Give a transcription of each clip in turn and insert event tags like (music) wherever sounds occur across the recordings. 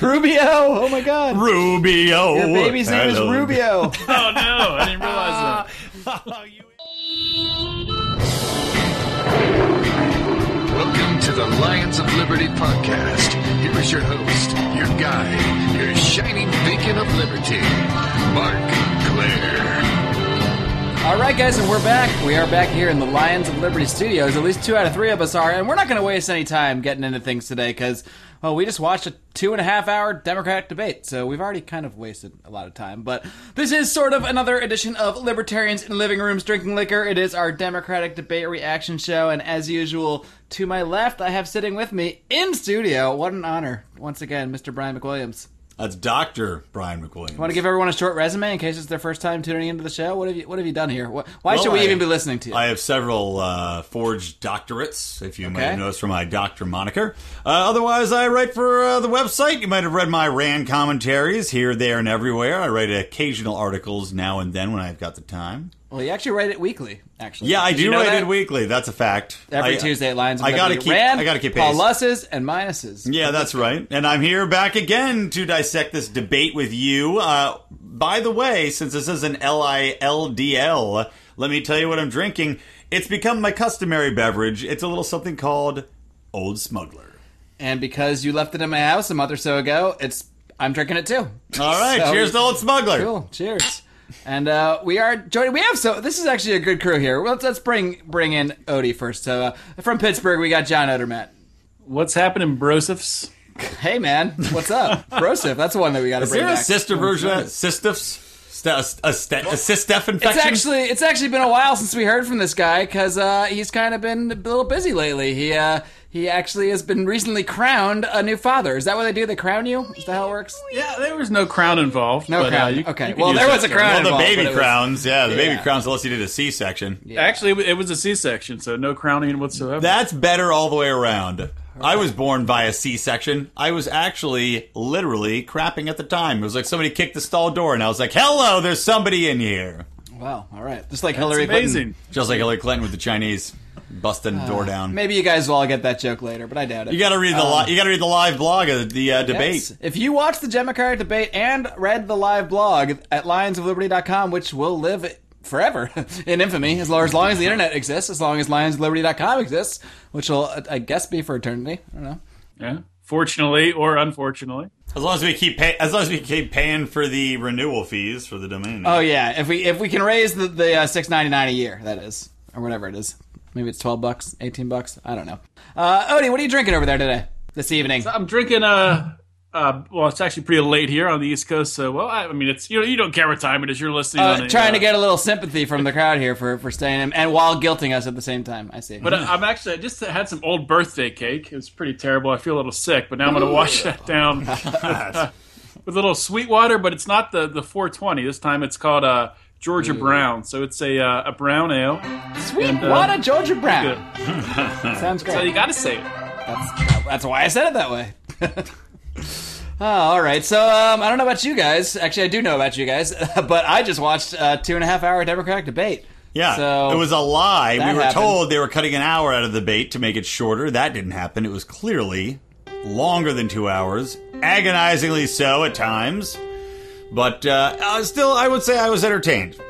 Rubio. Oh my God. Rubio. Your baby's name is Hello. (laughs) Rubio. Oh no, I didn't realize that. Welcome to the Lions of Liberty podcast. Here is your host, your guide, your shining beacon of liberty, Mark Claire. All right, guys, and we're back. We are back here in the Lions of Liberty Studios. At least two out of three of us are, and we're not going to waste any time getting into things today because, well, we just watched a two and a half hour Democratic debate, so we've already kind of wasted a lot of time. But this is sort of another edition of Libertarians in Living Rooms Drinking Liquor. It is our Democratic debate reaction show, and as usual, to my left, I have sitting with me in studio. What an honor, once again, Mr. Brian McWilliams. That's Doctor Brian McWilliams. Want to give everyone a short resume in case it's their first time tuning into the show? What have you What have you done here? What, why Well, should we I- even be listening to you? I have several uh, forged doctorates, if you might Okay. have noticed from my doctor moniker. Uh, otherwise, I write for uh, the website. You might have read my Rand commentaries here, there, and everywhere. I write occasional articles now and then when I've got the time. Well, you actually write it weekly, actually. Yeah, I Did you do know write that? it weekly. That's a fact. Every I- Tuesday at Lions. of I gotta Liberty. keep. Rand, I gotta keep pace. All pluses and minuses. Yeah, that's right. And I'm here back again to dissect this debate with you. Uh, by the way, since this is an LILDL, let me tell you what I'm drinking. It's become my customary beverage. It's a little something called Old Smuggler. And because you left it in my house a month or so ago, it's I'm drinking it too. All right, So- cheers to Old Smuggler. Cool. Cheers. And uh, we are joined. We have so this is actually a good crew here. Well, Let's, let's bring bring in Odie first. So uh, from Pittsburgh, we got John Odermatt. What's happening, Brosifs? Hey man, what's (laughs) up, Brosif? That's the one that we got to Is bring there a back. sister version of that? Sisters? St- a, st- a, st- a sistef It's infection? actually it's actually been a while since we heard from this guy because uh, he's kind of been a little busy lately. He uh, he actually has been recently crowned a new father. Is that what they do? They crown you? Is that how it works? Yeah, there was no crown involved. No but, uh, crown. you- okay. you could well, use there that was a term. crown. Well, the involved, baby but it was- crowns. Yeah, the Yeah. baby crowns, unless you did a C section. Actually, it was a C-section, so no crowning whatsoever. That's better all the way around. I was born via C-section. I was actually literally crapping at the time. It was like somebody kicked the stall door, and I was like, "Hello, there's somebody in here." Wow. All right. Just like That's Hillary amazing. Clinton. Just like Hillary Clinton with the Chinese busting the door down. Uh, Maybe you guys will all get that joke later, but I doubt it. you got to read the li- you got to read the live blog of the uh, debate. Yes. If you watched the Democratic debate and read the live blog at lionsofliberty.com, which will live forever (laughs) in infamy as long as, long as the internet exists, as long as lionsofliberty.com exists, which will, uh, I guess, be for eternity. I don't know. Yeah. Fortunately or unfortunately. As long as we keep pay- as long as we keep paying for the renewal fees for the domain. Oh yeah, if we if we can raise the the uh, six ninety nine a year, that is, or whatever it is. Maybe it's twelve bucks, eighteen bucks. I don't know. Uh, Odie, what are you drinking over there today? This evening. I'm drinking Uh, uh, well, it's actually pretty late here on the East Coast, so well, I, I mean, it's you know, you don't care what time it is. You're listening, Uh, on a, trying to uh, get a little sympathy from the crowd here for, for staying in, and while guilting us at the same time. I see. But uh, I, I'm actually I just had some old birthday cake. It was pretty terrible. I feel a little sick, but now I'm going to wash that down (laughs) with a little sweet water. But it's not the, the 420 this time. It's called uh, Georgia Brown. So it's a uh, a brown ale. Sweet and, uh, water, Georgia Good. (laughs) Brown. (laughs) Sounds So great. you got to say it. That's, that's why I said it that way. (laughs) oh, all right. So um, I don't know about you guys. Actually, I do know about you guys, (laughs) but I just watched a two and a half hour Democratic debate. Yeah, So it was a lie. We that were happened. told they were cutting an hour out of the debate to make it shorter. That didn't happen. It was clearly longer than two hours, agonizingly so at times. But uh, uh, still, I would say I was entertained.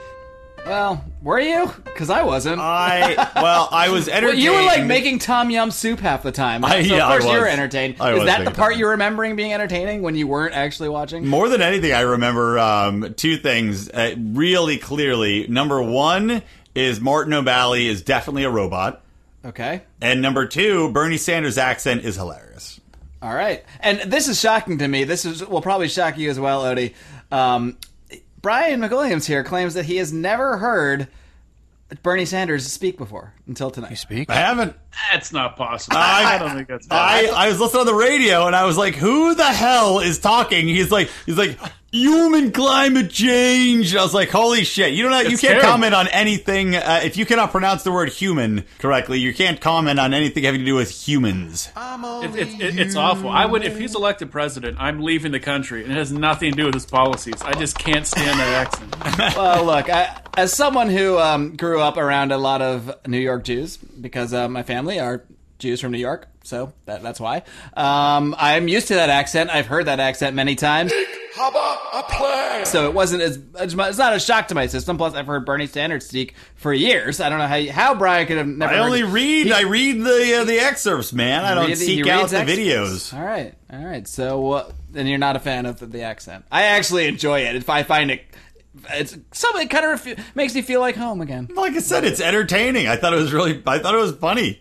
Well, were you? Because I wasn't. (laughs) Uh, I well, I was Well, entertained. you were like making tom yum soup half the time. I- so yeah, of I course you was. were entertained. I Is was that the making part tom Mm. you're remembering being entertaining when you weren't actually watching? More than anything, I remember um, two things uh, really clearly. Number one is Martin O'Malley is definitely a robot, Okay. and number two, Bernie Sanders' accent is hilarious. All right. And this is shocking to me. This is will probably shock you as well, Odie. Um, Brian McWilliams here claims that he has never heard Bernie Sanders speak before until tonight. Speak. I haven't That's not possible. I- I, don't think that's I, possible. I was listening on the radio and I was like, "Who the hell is talking?" He's like, "He's like human climate change." And I was like, "Holy shit! You don't know, you It's can't terrible. comment on anything uh, if you cannot pronounce the word human correctly. You can't comment on anything having to do with humans." It- it- it- it's awful. I would if he's elected president, I'm leaving the country, and it has nothing to do with his policies. I just can't stand that accent. (laughs) Well, look, I, as someone who um, grew up around a lot of New York Jews, because uh, my family are Jews from New York, so that, that's why. Um, I'm used to that accent. I've heard that accent many times. How about a play? So it wasn't as, as mu- it's not a shock to my system. Plus, I've heard Bernie Sanders speak for years. I don't know how you- how Brian could have never. I heard only it. read. I read the uh, the excerpts, man. I don't Read- he seek out reads the excerpts. videos. All right, all right. So uh, then you're not a fan of the, the accent. I actually enjoy it. If I find it, it's something kind of refu- makes me feel like home again. Like I said, it's entertaining. I thought it was really. I thought it was funny.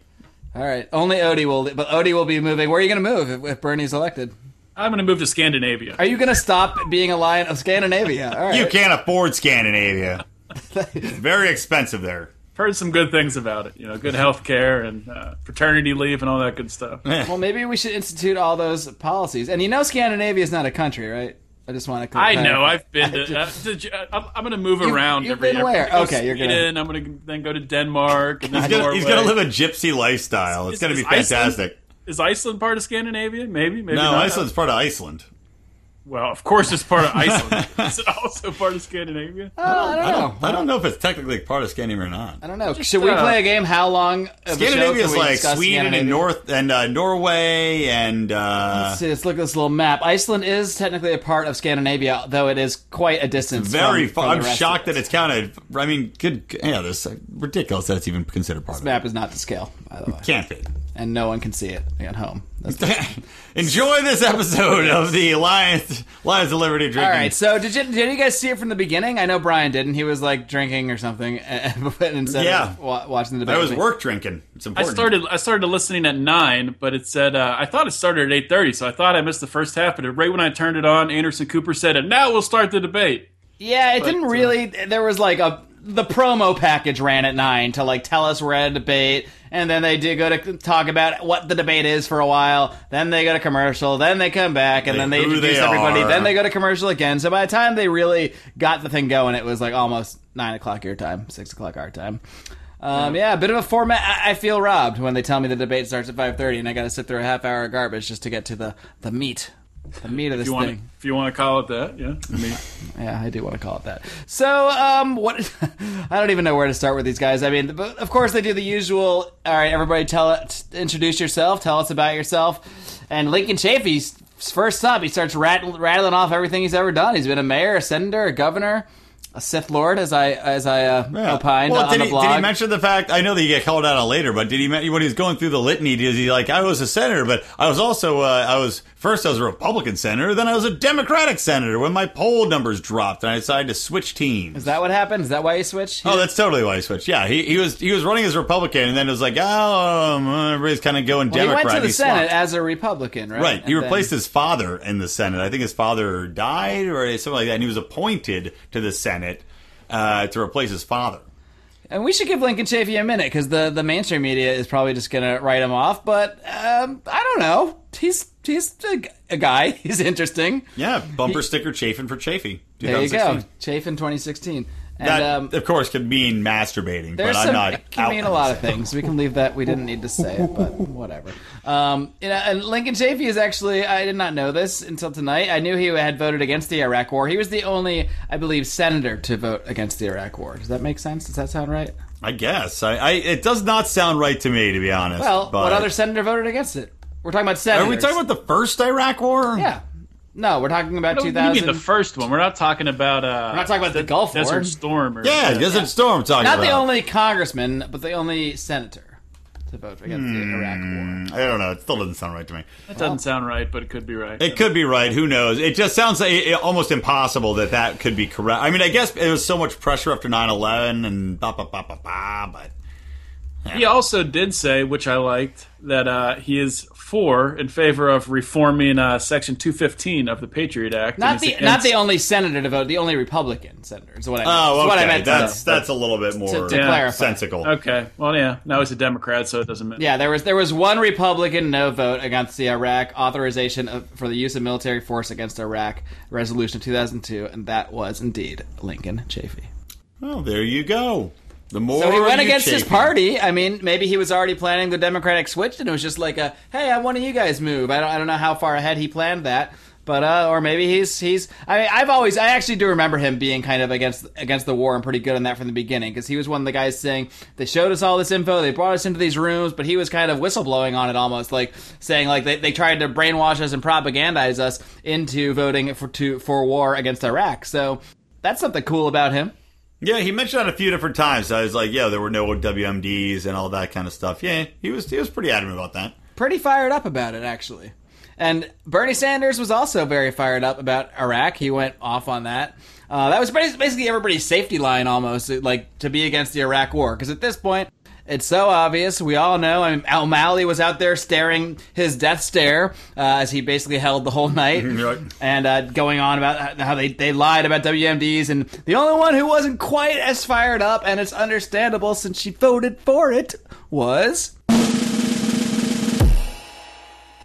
All right, only Odie will, but Odie will be moving. Where are you going to move if, if Bernie's elected? I'm going to move to Scandinavia. Are you going to stop being a lion of Scandinavia? All right. You can't afford Scandinavia. it's very expensive there. Heard some good things about it. You know, good health care and uh, paternity leave and all that good stuff. (laughs) Well, maybe we should institute all those policies. And you know, Scandinavia is not a country, right? I just want to. I Clarify. know. (laughs) I've been to. Uh, did you, I'm, I'm going to move around you've every been year. I'm where? gonna go Okay, you're gonna- Sweden, I'm going to then go to Denmark. And then He's gonna, he's gonna Norway. live a gypsy lifestyle. It's, Is- gonna is be Iceland- fantastic. Is Iceland part of Scandinavia? Maybe. Maybe No, not. Iceland's part of Iceland. Well, of course it's (laughs) part of Iceland. is it also part of Scandinavia? I don't know. I don't know if it's technically part of Scandinavia or not. Oh, I don't know. Should we uh, play a game? How long? Of the show Scandinavia can is we like discuss Sweden and Scandinavia? North and uh, Norway and uh, Let's see, let's look at this little map. Iceland is technically a part of Scandinavia, though it is quite a distance. very from, far. from the I'm rest of shocked it. that it's counted. I mean, good. Yeah, this uh, ridiculous that it's even considered part This of it. map is not to scale, by the way, Can't be. (laughs) and no one can see it at home. That's Enjoy this episode of the Lions Lions of Liberty drinking. All right. So did you did you guys see it from the beginning? I know Brian didn't. He was like drinking or something (laughs) uh, instead Yeah. of wa- watching the debate. that was with me. work drinking. It's I important. started. I started listening at nine, but it said uh, I thought it started at eight thirty, so I thought I missed the first half. But right when I turned it on, Anderson Cooper said, "And now we'll start the debate." Yeah, it didn't really. There was like a the promo package ran at nine to like tell us we're at a debate, and then they do go to talk about what the debate is for a while. Then they go to commercial. Then they come back, and then Like they who they introduce everybody. are. Then they go to commercial again. So by the time they really got the thing going, it was like almost nine o'clock your time, six o'clock our time. Um, yeah, a bit of a format. I, I feel robbed when they tell me the debate starts at five thirty, and I got to sit through a half hour of garbage just to get to the the meat, the meat of this If you want, thing. if you want to call it that, yeah. (laughs) I mean, Yeah, I do want to call it that. So, um, what? (laughs) I don't even know where to start with these guys. I mean, but of course they do the usual. All right, everybody, tell it, introduce yourself, tell us about yourself. And Lincoln Chafee's first up, he starts rattling, rattling off everything he's ever done. He's been a mayor, a senator, a governor, a Sith Lord, as I as I uh, Yeah. opined well, on did, the he, blog. did he mention the fact? I know that you get called out on later, but did he men- when he was going through the litany? Did he like I was a senator, but I was also uh, I was first I was a Republican senator, then I was a Democratic senator when my poll numbers dropped, and I decided to switch teams. Is that what happened? Is that why he switched? Oh, that's totally why he switched. Yeah, he, he was he was running as Republican, and then it was like, oh, um, everybody's kind of going Well, he Democrat. went to the he Senate swapped. as a Republican, right? Right, he And then- replaced his father in the Senate. I think his father died or something like that, and he was appointed to the Senate uh, to replace his father. And we should give Lincoln Chafee a minute because the, the mainstream media is probably just going to write him off. But um, I don't know. He's he's a, g- a guy. (laughs) He's interesting. Yeah, bumper sticker chafing for Chafee. There you 2016. go. Chafe in 2016. And That, um, of course, could mean masturbating, but there's I'm some, not. it can out mean on a lot this. of things. We can leave that. We didn't need to say it, but whatever. Um, you know, and Lincoln Chafee is actually. I did not know this until tonight. I knew he had voted against the Iraq War. He was the only, I believe, senator to vote against the Iraq War. Does that make sense? Does that sound right? I guess. I, I. It does not sound right to me, to be honest. Well, but what other senator voted against it? We're talking about Are senators. we talking about the first Iraq War? Yeah. No, we're talking about what do you 2000. mean the first one? We're not talking about. Uh, we're not talking about the Gulf War. Desert Storm. Or, Yeah, Desert Storm. I'm Talking Not about. the only congressman, but the only senator to vote against Hmm. the Iraq War. I don't know. It still doesn't sound right to me. that doesn't sound right, but it could be right. It could be right. Who knows? It just sounds like it, it- almost impossible that that could be correct. I mean, I guess it was so much pressure after 9-11 and ba ba ba ba ba. But He also did say, which I liked, that uh, he is for in favor of reforming uh, Section 215 of the Patriot Act. and Not he's the against- not the only senator to vote, the only Republican senator is what I meant. oh, okay. is what I meant to that's say. that's a little bit to more clarify. sensical. Okay. Well, yeah. Now he's a Democrat, so it doesn't matter. Yeah, there was there was one Republican no vote against the Iraq authorization of, for the use of military force against Iraq resolution of 2002, and that was indeed Lincoln Chafee. Well, there you go. The more So he went you against his chafe- party. I mean, maybe he was already planning the Democratic switch, and it was just like a, "Hey, I want you guys move." I don't, I don't know how far ahead he planned that, But uh, or maybe he's he's. I mean, I've always I actually do remember him being kind of against against the war and pretty good on that from the beginning because he was one of the guys saying they showed us all this info, they brought us into these rooms, but he was kind of whistleblowing on it almost like saying like they, they tried to brainwash us and propagandize us into voting for to for war against Iraq. So that's something cool about him. Yeah, he mentioned that a few different times. I was like, yeah, there were no WMDs and all that kind of stuff. Yeah, he was he was pretty adamant about that. pretty fired up about it actually. And Bernie Sanders was also very fired up about Iraq. He went off on that. Uh, that was bas- basically everybody's safety line almost, like to be against the Iraq War. Because at this point, it's so obvious. We all know. I mean, Al Malley was out there staring his death stare uh, as he basically held the whole night Right. and uh, going on about how they, they lied about WMDs. And the only one who wasn't quite as fired up, and it's understandable since she voted for it, was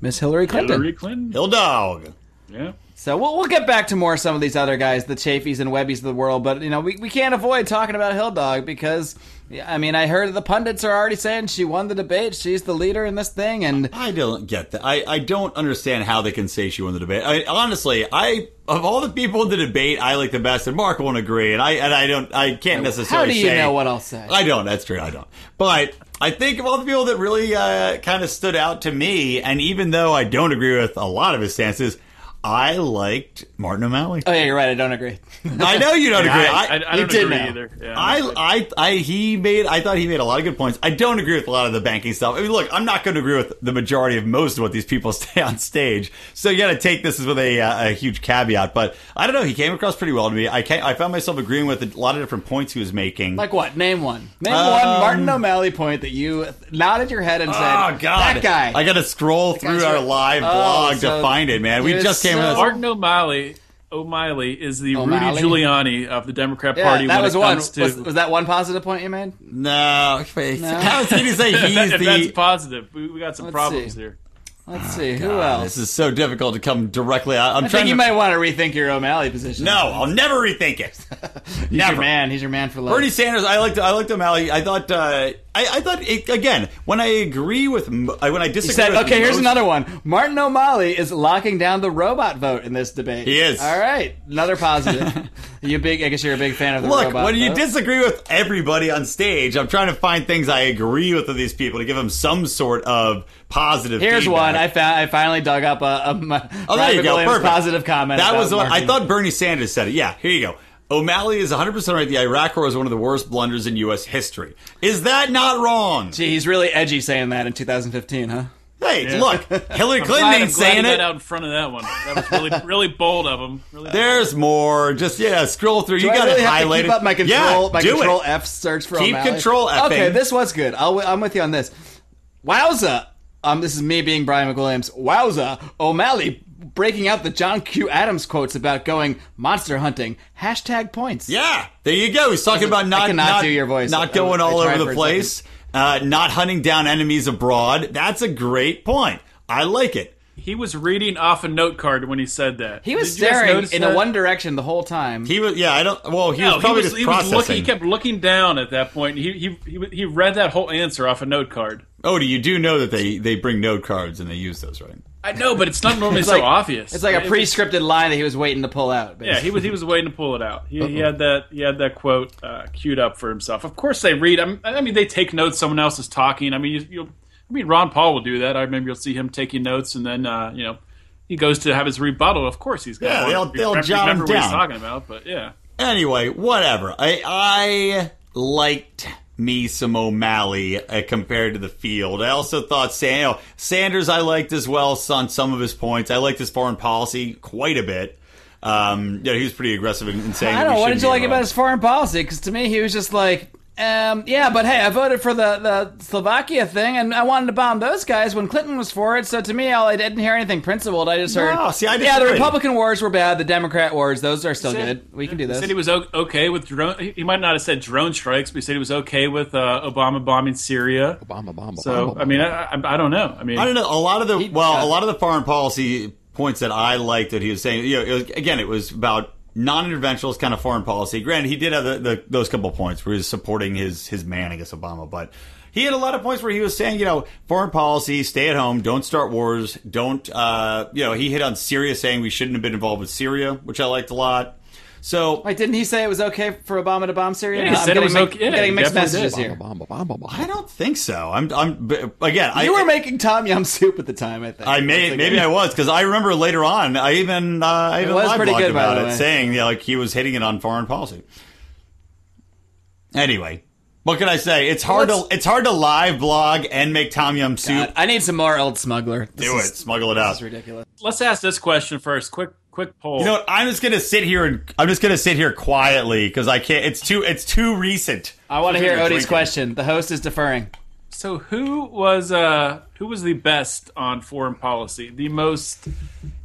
Miss Hillary Clinton. Hillary Clinton. Hill dog. Yeah. So we'll, we'll get back to more some of these other guys, the Chafies and Webbies of the world, but you know we, we can't avoid talking about Hill Dog because yeah, I mean I heard the pundits are already saying she won the debate, she's the leader in this thing, and I don't get that. I, I don't understand how they can say she won the debate. I, honestly, I of all the people in the debate, I like the best, and Mark won't agree. And I and I don't. I can't necessarily. how do you say- know what I'll say? I don't. That's true. I don't. But I think of all the people that really uh, kind of stood out to me, and even though I don't agree with a lot of his stances, I liked Martin (laughs) O'Malley. oh yeah, you're right, I don't (laughs) agree. I know you don't agree. I, I, I you don't did agree know. either. Yeah, I, I, I, he made. I thought he made a lot of good points. I don't agree with a lot of the banking stuff. I mean, look, I'm not going to agree with the majority of most of what these people (laughs) say on stage. So you got to take this with a, uh, a huge caveat. But I don't know. He came across pretty well to me. I can I found myself agreeing with a lot of different points he was making. Like what? Name one. Name Um, one Martin O'Malley point that you nodded your head and said, oh God, that guy." I got to scroll through guy's our right. live Oh, blog so to find it, man. We he just was came. so- with Martin O'Malley. O'Malley is the O'Malley? Rudy Giuliani of the Democrat yeah, Party that when was it one. comes to Was, was (laughs) that one positive point you made? no, wait. How is he to say If that- he's if that's the? positive. We, we got some Let's problems see. here. Let's see who Oh, else. This is so difficult to come directly out. I'm I trying think you to. might want to rethink your O'Malley position. no, I'll never rethink it. (laughs) he's (laughs) never. your man. He's your man for life. Bernie Sanders, I liked. I liked O'Malley. I thought. Uh, I, I thought it, again when I agree with mo- I- when I disagree. He said, with okay, here's most- another one. Martin O'Malley is locking down the robot vote in this debate. He is. All right. Another (laughs) positive. you big I guess you're a big fan of the Look, robot when you vote. disagree with everybody on stage, I'm trying to find things I agree with of these people to give them some sort of positive. Here's feedback. one. I found. I finally dug up a, a m- Oh, there you Robert go. Williams Perfect. positive comment. That about was the one. I Martin. thought Bernie Sanders said it. Yeah, here you go. O'Malley is 100% right. The Iraq War was one of the worst blunders in U.S. history. Is that not wrong? Gee, he's really edgy saying that in 2015, huh? Hey, look, (laughs) Hillary Clinton Glad- I'm ain't glad he saying got it. out in front of that one. That was really, (laughs) really bold of him. Really There's more. Just yeah, scroll through. Do you I got really it have highlighted. To keep up my control, yeah, my do control e- it. F search for Keep O'Malley. control F-ing. Okay, this was good. I'll, I'm with you on this. Wowza! Um, this is me being Brian McWilliams. Wowza! O'Malley breaking out the John Q. Adams quotes about going monster hunting. Hashtag points. Yeah, there you go. He's talking about not cannot not, do your voice. not I- going I all tried over for the a place, uh, not hunting down enemies abroad. That's a great point. I like it. He was reading off a note card when he said that. He was Did you guys staring notice in that? a one direction the whole time. He was yeah. I don't. Well, he No, was he probably was, just he was processing. looking. He kept looking down at that point. He he he, he read that whole answer off a note card. Odie, you do know that they they bring note cards and they use those, right? I know, but (laughs) it's not normally It's so like- obvious. It's like It a was- pre-scripted line that he was waiting to pull out. Yeah, Basically. he was he was waiting to pull it out. He, he had that he had that quote uh, queued up for himself. Of course, they read. I'm, I mean, they take notes. Someone else is talking. I mean, you, you'll, I mean, Ron Paul will do that. I remember you'll see him taking notes, and then uh, you know he goes to have his rebuttal. Of course, he's gonna Yeah, they'll- want to they'll remember, jot him remember what he's down. talking about. But yeah, Anyway, whatever. I I liked me some O'Malley uh, compared to the field. I also thought San, you know, Sanders I liked as well on some of his points. I liked his foreign policy quite a bit. Um, yeah, he was pretty aggressive in, in saying. I that don't we know. What did shouldn't you be like in about Iraq. his foreign policy? Because to me, he was just like, um, yeah, but hey, I voted for the, the Slovakia thing, and I wanted to bomb those guys when Clinton was for it. So to me, all I didn't hear anything principled. I just heard, No, see, I yeah, the disagree. Republican wars were bad. The Democrat wars, those are still good. We can do He those. said he was o- okay with drone. He he might not have said drone strikes, but he said he was okay with uh, Obama bombing Syria. Obama, Obama, So Obama. I mean, I, I, I don't know. I mean, I don't know. A lot of the well, uh, a lot of the foreign policy points that I liked that he was saying. You know, it was, again, it was about non-interventionalist kind of foreign policy. Granted, he did have the, the, those couple points where he was supporting his his man, I guess Obama, but. he had a lot of points where he was saying, you know, foreign policy, stay at home, don't start wars, don't, uh, you know, he hit on Syria saying we shouldn't have been involved with Syria, which I liked a lot. So Wait, didn't he say it was okay for Obama to bomb Syria? Yeah, he No, said it I'm getting was mi- okay- yeah, I'm getting he mixed definitely messages did. here. I don't think so. I'm, I'm, but again, I, You were making Tom Yum soup at the time, I think. I may, maybe I was because I remember later on I even uh, I even was live pretty blogged good, by about the it, way. saying you know, like he was hitting it on foreign policy. Anyway, what can I say? It's hard Let's- to it's hard to live blog and make tom yum soup. God, I need some more old smuggler. This Do it, is, smuggle it This out. is You ridiculous. Let's ask this question first. Quick, quick poll. know what? I'm just gonna sit here and I'm just gonna sit here quietly because I can't. It's too it's too recent. I want to hear Drinking. Odie's question. The host is deferring. so who was uh, who was the best on foreign policy? The most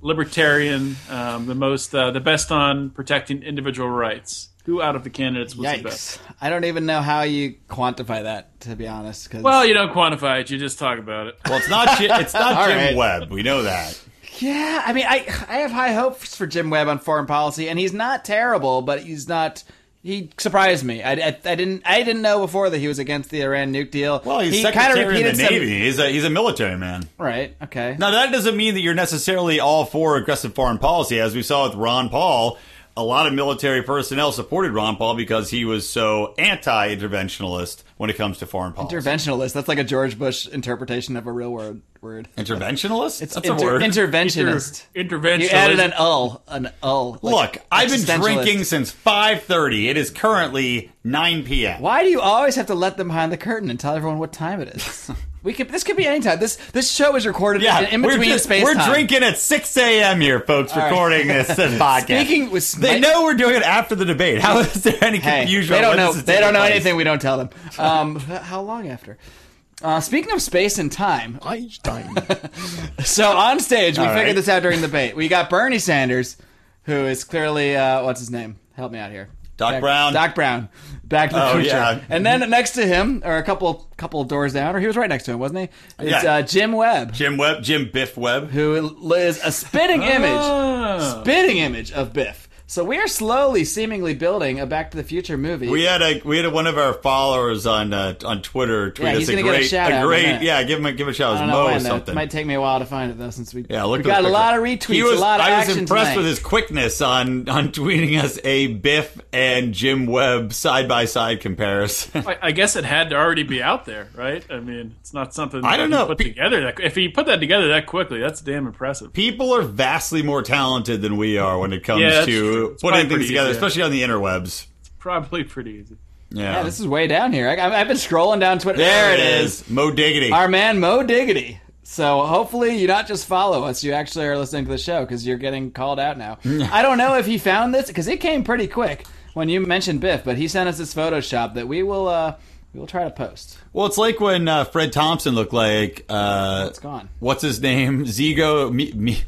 libertarian, um, the most uh, the best on protecting individual rights. Who out of the candidates was the best? Yikes. I don't even know how you quantify that, to be honest. 'cause- Well, you don't quantify it. You just talk about it. Well, it's not Ji- it's not (laughs) All Jim right. Webb. We know that. yeah, I mean, I, I have high hopes for Jim Webb on foreign policy, and he's not terrible, but he's not. He surprised me. I, I, I didn't I didn't know before that he was against the Iran nuke deal. Well, he's he kinda secretary in the repeated some- Navy. He's a he's a military man. Right. Okay. Now, that doesn't mean that you're necessarily all for aggressive foreign policy. As we saw with Ron Paul, a lot of military personnel supported Ron Paul because he was so anti interventionalist when it comes to foreign policy. Interventionalist. That's like a George Bush interpretation of a real word. Word. interventionalist? It's That's a inter- word. interventionist. Interventionist. You added an ull, an ull. like Look, I've been existentialist. drinking since 5.30. It is currently 9 p.m. Why do you always have to let them behind the curtain and tell everyone what time it is? (laughs) we could. This could be any time. This this show is recorded Yeah, in, in we're, between just- space. we're time. drinking at 6 a.m. here, folks, right. (laughs) recording this podcast. Speaking with they know we're doing it after the debate. How is there any Hey, confusion? they on don't when know. this is They don't taking know place? anything. We don't tell them. Um, (laughs) how long after? Uh, speaking of space and time, Einstein. (laughs) So on stage, we All figured right. this out during the debate. We got Bernie Sanders, who is clearly uh, what's his name? Help me out here. Doc Brown. Doc Brown. Back to the Oh, future. yeah. And then next to him, or a couple couple doors down, or he was right next to him, wasn't he? It's Yeah. uh, Jim Webb, Jim Webb, Jim Biff Webb. who is a (laughs) spitting Oh. image, Ah. spitting image of Biff. So we are slowly, seemingly building a Back to the Future movie. We had a we had a, one of our followers on uh, on Twitter tweet Yeah, us he's a gonna get a great shout out in a great minute. yeah give him a, give him a shout I out don't it was know Mo or when though. It something might take me a while to find it though, since we yeah look we at got this a lot of picture. retweets, He was- a lot of I was action impressed tonight. with his quickness on on tweeting us a Biff and Jim Webb side by side comparison. (laughs) I, I guess it had to already be out there, right? I mean, it's not something I don't that he know. put Pe- together. That, if he put that together that quickly, that's damn impressive. (laughs) People are vastly more talented than we are when it comes Yeah, that's true. to It's probably putting pretty things together, easy, yeah. especially on the interwebs. Probably pretty easy. Yeah, Yeah, this is way down here. I, I've been scrolling down Twitter. there it is. Mo Diggity. our man Mo Diggity. So hopefully you not just follow us, you actually are listening to the show because you're getting called out (laughs) now. I don't know if he found this because it came pretty quick when you mentioned Biff, but he sent us this Photoshop that we will uh, we will try to post. Well, it's like when uh, Fred Thompson looked like uh, It's gone. what's his name? (laughs) Zigo, me, me,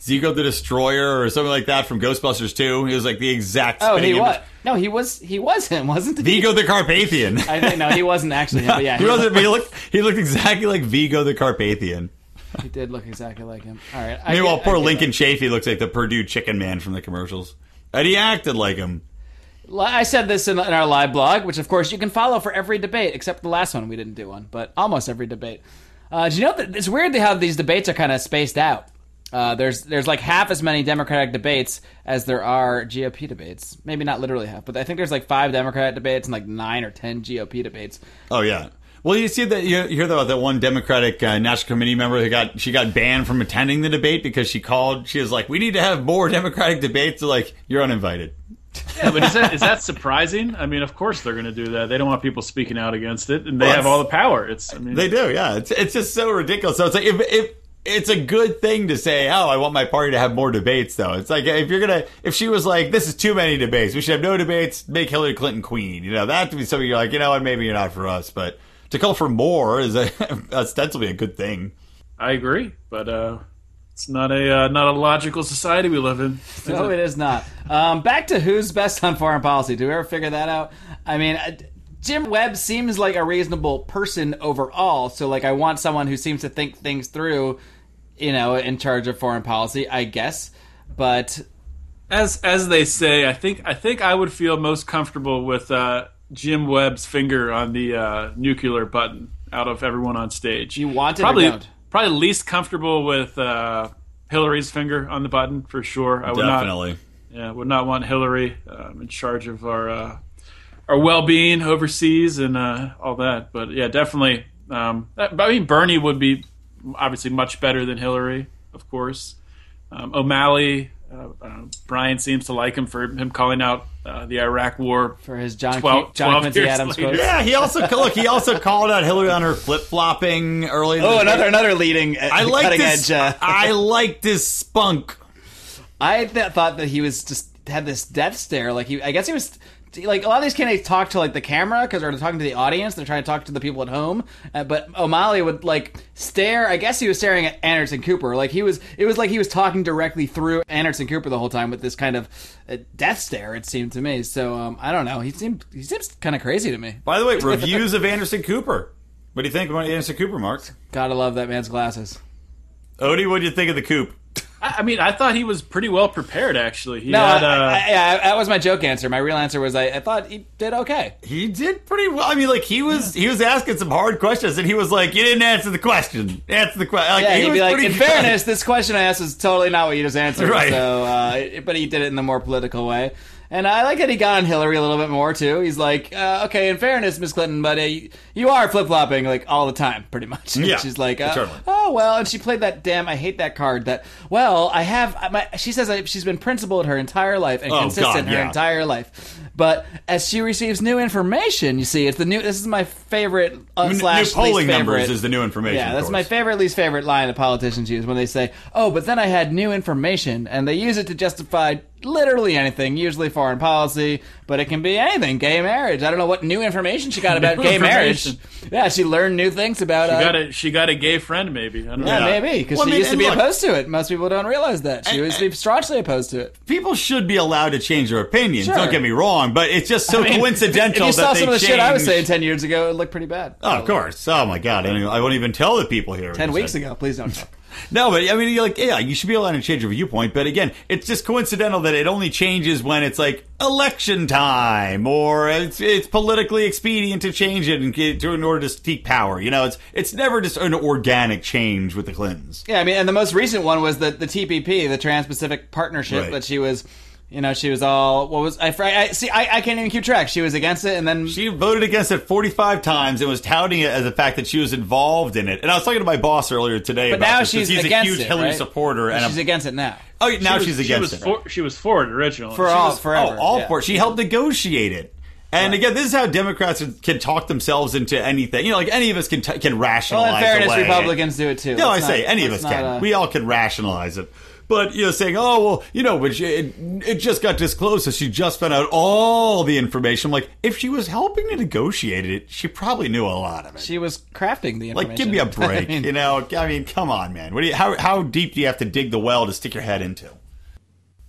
Zigo the Destroyer, or something like that from Ghostbusters Two. He was like the exact. Oh, spitting he image- what? No, he was he was him, (laughs) wasn't he? Vigo the Carpathian. (laughs) I think no, he wasn't actually him. But yeah, he he, wasn't. but He looked. He looked exactly like Vigo the Carpathian. he did look exactly like him. All right. I Meanwhile, get- I poor get Lincoln Chafee looks like the Purdue Chicken Man from the commercials, and he acted like him. Li- I said this in, in our live blog, which of course you can follow for every debate, except the last one we didn't do one, but almost every debate. Uh, do you know that it's weird how these debates are kind of spaced out? Uh, there's there's like half as many Democratic debates as there are GOP debates. Maybe not literally half, but I think there's like five Democratic debates and like nine or ten GOP debates. Oh yeah. Well, you see that you hear about that one Democratic uh, National Committee member who got she got banned from attending the debate because she called. She was like, "We need to have more Democratic debates." They're like, "You're uninvited." Yeah, but is that is that surprising? I mean, of course they're going to do that. They don't want people speaking out against it, and they Well, have that's- all the power. It's I mean, They do, yeah. It's it's just so ridiculous. So it's like if if it's a good thing to say, "Oh, I want my party to have more debates," though. It's like if you're gonna if she was like, "This is too many debates. We should have no debates. Make Hillary Clinton queen." You know, that to be something you're like, you know, what maybe you're not for us, but to call for more is a, (laughs) ostensibly a good thing. I agree, but uh, it's not a uh, not a logical society we live in. (laughs) No, it is not. Um, back to who's best on foreign policy. Do we ever figure that out? I mean, I, Jim Webb seems like a reasonable person overall. So, like, I want someone who seems to think things through, you know, in charge of foreign policy, I guess. But As as they say, I think I think I would feel most comfortable with uh, Jim Webb's finger on the uh, nuclear button out of everyone on stage. You want it or probably don't? probably least comfortable with uh, Hillary's finger on the button for sure. I would Definitely. not, yeah, Uh, would not want Hillary um, in charge of our uh, our well being overseas and uh, all that. But yeah, definitely. Um, that- but I mean, Bernie would be obviously much better than Hillary, of course. Um, O'Malley. Uh, I don't know, Brian seems to like him for him calling out uh, the Iraq War for his John, 12 John Quincy years Adams later. quote. Yeah, he also (laughs) look. He also called out Hillary on her flip flopping early. in the Oh, day. another another leading. Uh, I like cutting this. edge. Uh, (laughs) I like this spunk. I th- thought that he was just had this death stare. Like he, I guess he was like a lot of these candidates talk to like the camera because they're talking to the audience. They're trying to talk to the people at home. Uh, but O'Malley would like stare. I guess he was staring at Anderson Cooper. Like he was. It was like he was talking directly through Anderson Cooper the whole time with this kind of uh, death stare. It seemed to me. So um, I don't know. He seemed he seems kind of crazy to me. By the way, reviews of Anderson Cooper. What do you think about Anderson Cooper, Mark? Gotta love that man's glasses. Odie, what do you think of the coop? I I mean, I thought he was pretty well prepared. Actually, he No, had, uh, I- I- yeah, that was my joke answer. My real answer was I, I thought he did okay. He did pretty well. I mean, like he was he was asking some hard questions, and he was like, "You didn't answer the question. Answer the question." Like, Yeah, he he'd was be like, pretty in good. (laughs) fairness, this question I asked is totally not what you just answered. Right. So, uh, it- but he did it in the more political way. And I like that he got on Hillary a little bit more, too. He's like, uh, okay, in fairness, Miss Clinton, but uh, you, you are flip flopping, like, all the time, pretty much. (laughs) And Yeah, she's like, uh, certainly. oh, well. And she played that damn, I hate that card that, well, I have, I- my, she says that she's been principled her entire life and Oh, consistent God, her yeah. entire life. But as she receives new information, you see, it's the new, this is my favorite uh, New slash polling least numbers favorite. is the new information. Yeah, of that's my course. favorite, least favorite line that politicians use when they say, "Oh, but then I had new information," and they use it to justify literally anything, usually foreign policy, but it can be anything. Gay marriage. I don't know what new information she (laughs) got about New gay marriage. information. Yeah, she learned new things about. she uh, got a she got a gay friend, maybe. I don't yeah, know. Yeah. maybe because Well, I she mean, used to and be look- opposed to it. Most people don't realize that she used to be staunchly opposed to it. People should be allowed to change their opinions. Sure. Don't get me wrong, but it's just so If coincidental you saw that they some of the shit I was saying changed- ten years ago, it looked pretty bad. Oh, of course. Oh my God! I, don't even- I won't even tell the people here. Ten weeks ago, please don't talk. No, but I mean, you're like, yeah, you should be allowed to change your viewpoint. But again, it's just coincidental that it only changes when it's like election time, or it's, it's politically expedient to change it in, to, in order to seek power. You know, it's it's never just an organic change with the Clintons. Yeah, I mean, and the most recent one was the the TPP, the Trans-Pacific Partnership, Right. that she was, you know, she was all what was I, fr- I see I, I can't even keep track. She was against it, and then She voted against it 45 times and was touting it as the fact that she was involved in it. And I was talking to my boss earlier today but about now this, 'cause she's he's against a huge it, Hillary right? supporter. And she's I'm- against it now oh, now She was- she's she against was it. For, she was for it originally. for She all was- forever. Oh, all yeah. for it. She helped negotiate it. And again, this is how Democrats can talk themselves into anything. You know, like any of us can t- can rationalize. Well, in fairness, away. Republicans do it too. No, I Let's say not- any of us let's can. not, uh, we all can rationalize it. But you know, saying, "Oh well, you know," but she, it, it just got disclosed, so she just found out all the information. Like, if she was helping to negotiate it, she probably knew a lot of it. She was crafting the information. like, give me a (laughs) break. I mean, you know, I mean, come on, man. What do you? How how deep do you have to dig the well to stick your head into?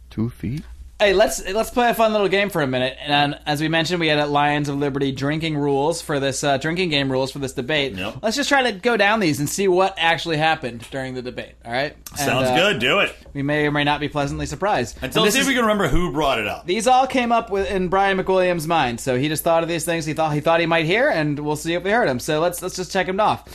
two feet. Hey, let's let's play a fun little game for a minute. And um, as we mentioned, we had at Lions of Liberty drinking rules for this uh, drinking game rules for this debate. Yep. Let's just try to go down these and see what actually happened during the debate. All right, And, Sounds uh, good. Do it. We may or may not be pleasantly surprised. Until And this see if is- we can remember who brought it up. these all came up with, in Brian McWilliams' mind, so he just thought of these things he thought he thought he might hear, and we'll see if we heard him. So let's let's just check him off.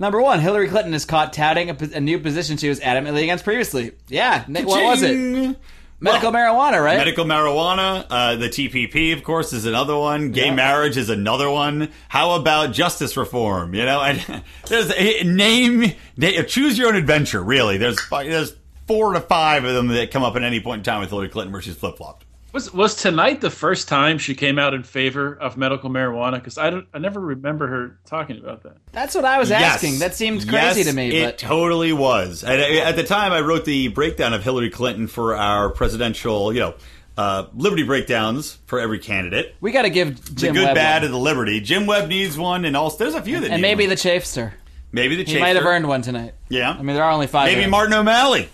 Number one, Hillary Clinton is caught touting a, po- a new position she was adamantly against previously. Yeah, Nick, what was it? Ching. Medical Well, marijuana, right? Medical marijuana, uh, the TPP, of course, is another one. Gay Yeah. marriage is another one. How about justice reform? You know, and (laughs) there's a, name, na- choose your own adventure. Really, there's fi- there's four to five of them that come up at any point in time with Hillary Clinton where she's flip flopped. was was tonight the first time she came out in favor of medical marijuana? Because I don't, I never remember her talking about that. That's what I was asking. That seemed crazy Yes, to me, It but totally was. And I- at the time, I wrote the breakdown of Hillary Clinton for our presidential, you know, uh, liberty breakdowns for every candidate. we got to give the Jim good, Webb bad, one. and the liberty. Jim Webb needs one, and also there's a few that and need maybe one. the Chafester. maybe the He Chaser. might have earned one tonight. Yeah, I mean, there are only five. maybe of them. Martin O'Malley.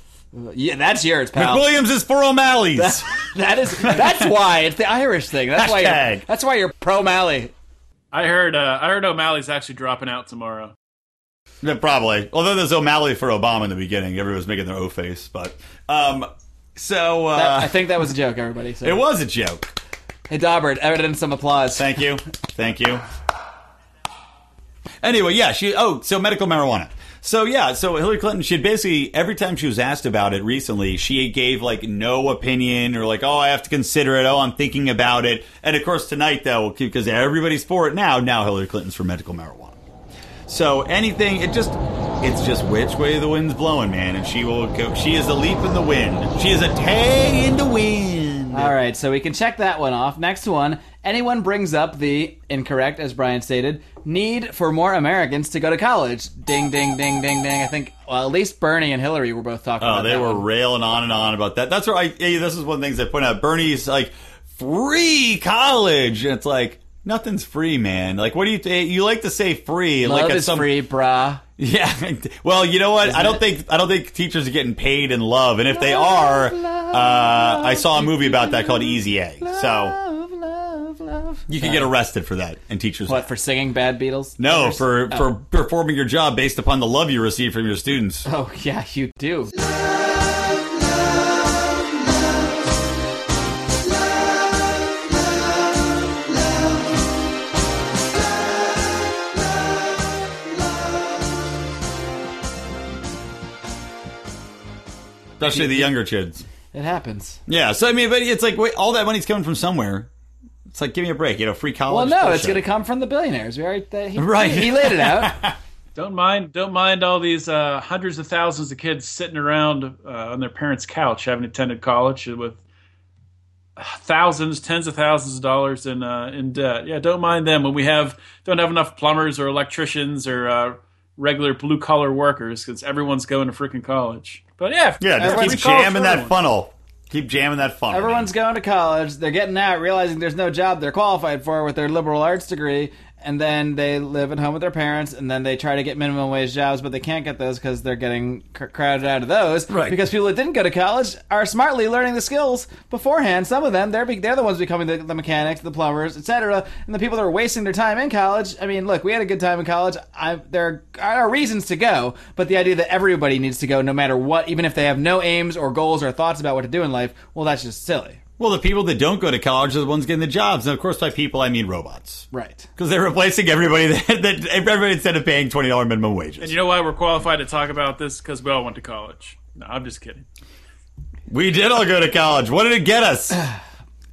Yeah, that's yours, pal. Williams is for O'Malley's. (laughs) That is that's why it's the Irish thing. That's why you're, Hashtag. that's why you're pro Mally. I heard uh, I heard O'Malley's actually dropping out tomorrow. Yeah, Probably. Although there's O'Malley for Obama in the beginning. Everyone was making their O face, but um, so That- I uh, think that was a joke, everybody. So. it was a joke. Hey, Daubert, evidence some applause. Thank you. Thank you. Anyway, yeah, she. Oh, so medical marijuana. So yeah, so Hillary Clinton, she had basically every time she was asked about it recently, she gave like no opinion or like, oh, I have to consider it. Oh, I'm thinking about it. And of course tonight though, because everybody's for it now. Now Hillary Clinton's for medical marijuana. So anything, it just, it's just which way the wind's blowing, man. And she will go. She is a leap in the wind. She is a tag in the wind. All right, so we can check that one off. Next one. Anyone brings up the incorrect, as Brian stated, need for more Americans to go to college. Ding, ding, ding, ding, ding. I think well, at least Bernie and Hillary were both talking Oh, about they that were one. railing on and on about that. That's where I. yeah, This is one of the things I point out. Bernie's like free college, and it's like nothing's free, man. Like, what do you th- you like to say free? Love like it's is free, brah. (laughs) Yeah. Well, you know what? I don't think I don't think teachers are getting paid in love, and if they are, uh, I saw a movie about that called Easy A. So Love, love, love. you can get arrested for that, and teachers. What, for singing Bad Beatles? Oh. No, for for performing your job based upon the love you receive from your (laughs) students. Oh, yeah, you do. (laughs) Especially the younger kids. It happens. Yeah, so I mean, but it's like wait, all that money's coming from somewhere. It's like give me a break, you know, free Well, college. no, it's bullshit. going to come from the billionaires. We already, that he, Right. He, he laid it (laughs) out. Don't mind, don't mind all these uh, hundreds of thousands of kids sitting around uh, on their parents' couch, having attended college with thousands, tens of thousands of dollars in uh, in debt. Yeah, don't mind them when we have don't have enough plumbers or electricians or uh, regular blue collar workers because everyone's going to freaking college. But yeah, Yeah, just everyone- keep college for jamming that everyone. funnel. Keep jamming that funnel. Everyone's going to college. They're getting out, realizing there's no job they're qualified for with their liberal arts degree, and then they live at home with their parents, and then they try to get minimum wage jobs, but they can't get those because they're getting cr- crowded out of those. Right. Because people that didn't go to college are smartly learning the skills beforehand. Some of them, they're be- they're the ones becoming the, the mechanics, the plumbers, etc. And the people that are wasting their time in college. I mean, look, we had a good time in college. I, there are reasons to go, but the idea that everybody needs to go, no matter what, even if they have no aims or goals or thoughts about what to do in life, well, that's just silly. Well, the people that don't go to college are the ones getting the jobs, and of course, by people I mean robots, Right. because they're replacing everybody (laughs) that, that everybody instead of paying twenty dollars minimum wages. And you know why we're qualified to talk about this? Because we all went to college. No, I'm just kidding. we did all go to college. What did it (sighs) get us?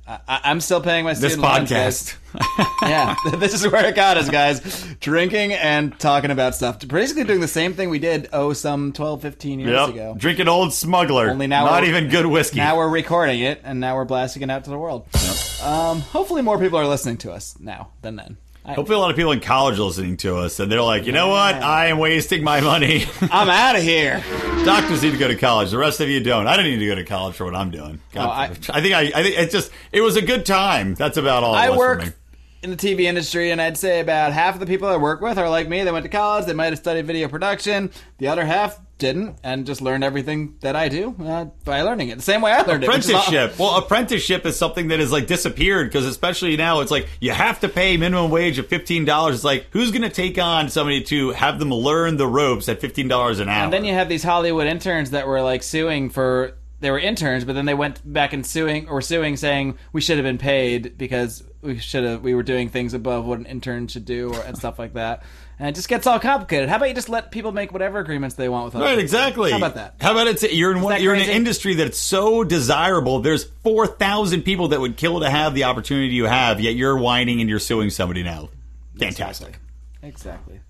I- I'm still paying my This student loans, guys. podcast. (laughs) (laughs) yeah, this is where it got us, guys. Drinking and talking about stuff. Basically doing the same thing we did, oh, some 12, 15 years ago. Yep. Drinking old smuggler. Only now Not we're- even good whiskey. Now we're recording it, and now we're blasting it out to the world. Um, hopefully more people are listening to us now than then. I, Hopefully, a lot of people in college are listening to us, and they're like, you know what? I am wasting (laughs) my money. (laughs) I'm out of here. Doctors need to go to college. The rest of you don't. I don't need to go to college for what I'm doing. God, Oh, I- I, think I, I think it's just it was a good time. That's about all. it I was work For me. in the TV industry, and I'd say about half of the people I work with are like me. They went to college, they might have studied video production. The other half didn't, and just learned everything that I do uh, by learning it. The same way I learned it. which is all- Apprenticeship. Well, apprenticeship is something that has like disappeared because especially now it's like you have to pay minimum wage of fifteen dollars. It's like who's going to take on somebody to have them learn the ropes at fifteen dollars an hour? And then you have these Hollywood interns that were like suing for they were interns, but then they went back and suing or suing saying we should have been paid because we should have we were doing things above what an intern should do or, and stuff like that. And it just gets all complicated. How about you just let people make whatever agreements they want with us? Right, exactly. How about that? How about it's you're in one, that you're in crazy? an industry that's so desirable. There's four thousand people that would kill to have the opportunity you have, yet you're whining and you're suing somebody now. Fantastic. Exactly.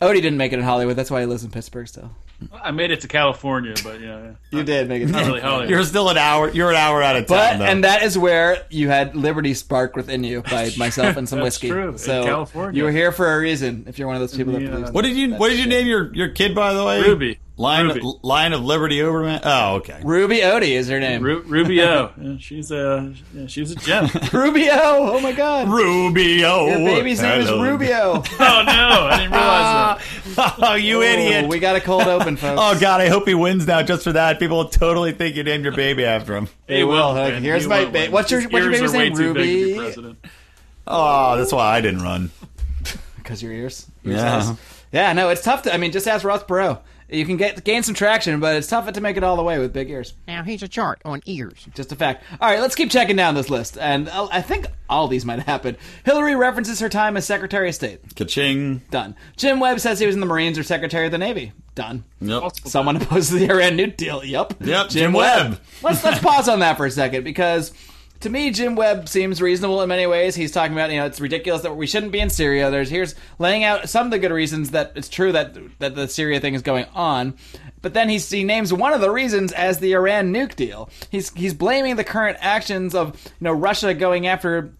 Odie didn't make it in Hollywood. That's why he lives in Pittsburgh still. I made it to California, but yeah, yeah. You did make it. (laughs) not really (laughs) Hollywood. You're still an hour. You're an hour out of But time. though. and that is where you had liberty spark within you by myself and some That's whiskey. true. In So California. you were here for a reason. If you're one of those people that Yeah. believes, in what did you What did you name your, your kid by the way? Ruby. Lion Ruby. Lion of Liberty Overman. Oh, okay. Ruby Odie is her name. Ru- Rubio, yeah, she's a yeah, she's (laughs) a gem. Rubio. Oh my God. Rubio. Your baby's name is Hello. Rubio. oh no, I didn't realize (laughs) that. (laughs) oh, you idiot. Ooh, we got a cold open, folks. oh God, I hope he wins now just for that. People will totally think you named your baby after him. They will, Hook. man. Here's He my will ba- win. what's your- His what's your ears baby's are way name, too big to be Ruby? president. Oh, that's why I didn't run. Because your ears. Yeah. Yeah, no, it's tough to. I mean, just ask Ross Perot. You can get gain some traction, but it's tough to make it all the way with big ears. Now here's a chart on ears. Just a fact. All right, let's keep checking down this list, and I'll- I think all these might happen. Hillary references her time as Secretary of State. Ka-ching. Done. Jim Webb says he was in the Marines or Secretary of the Navy. Done. Nope. (laughs) Someone opposed to the Iran New Deal. Yep. Yep, Jim Webb. (laughs) let's let's pause on that for a second because to me, Jim Webb seems reasonable in many ways. He's talking about you know it's ridiculous that we shouldn't be in Syria. There's here's laying out some of the good reasons that it's true that that the Syria thing is going on. But then he, he names one of the reasons as the Iran nuke deal. He's he's blaming the current actions of you know Russia going after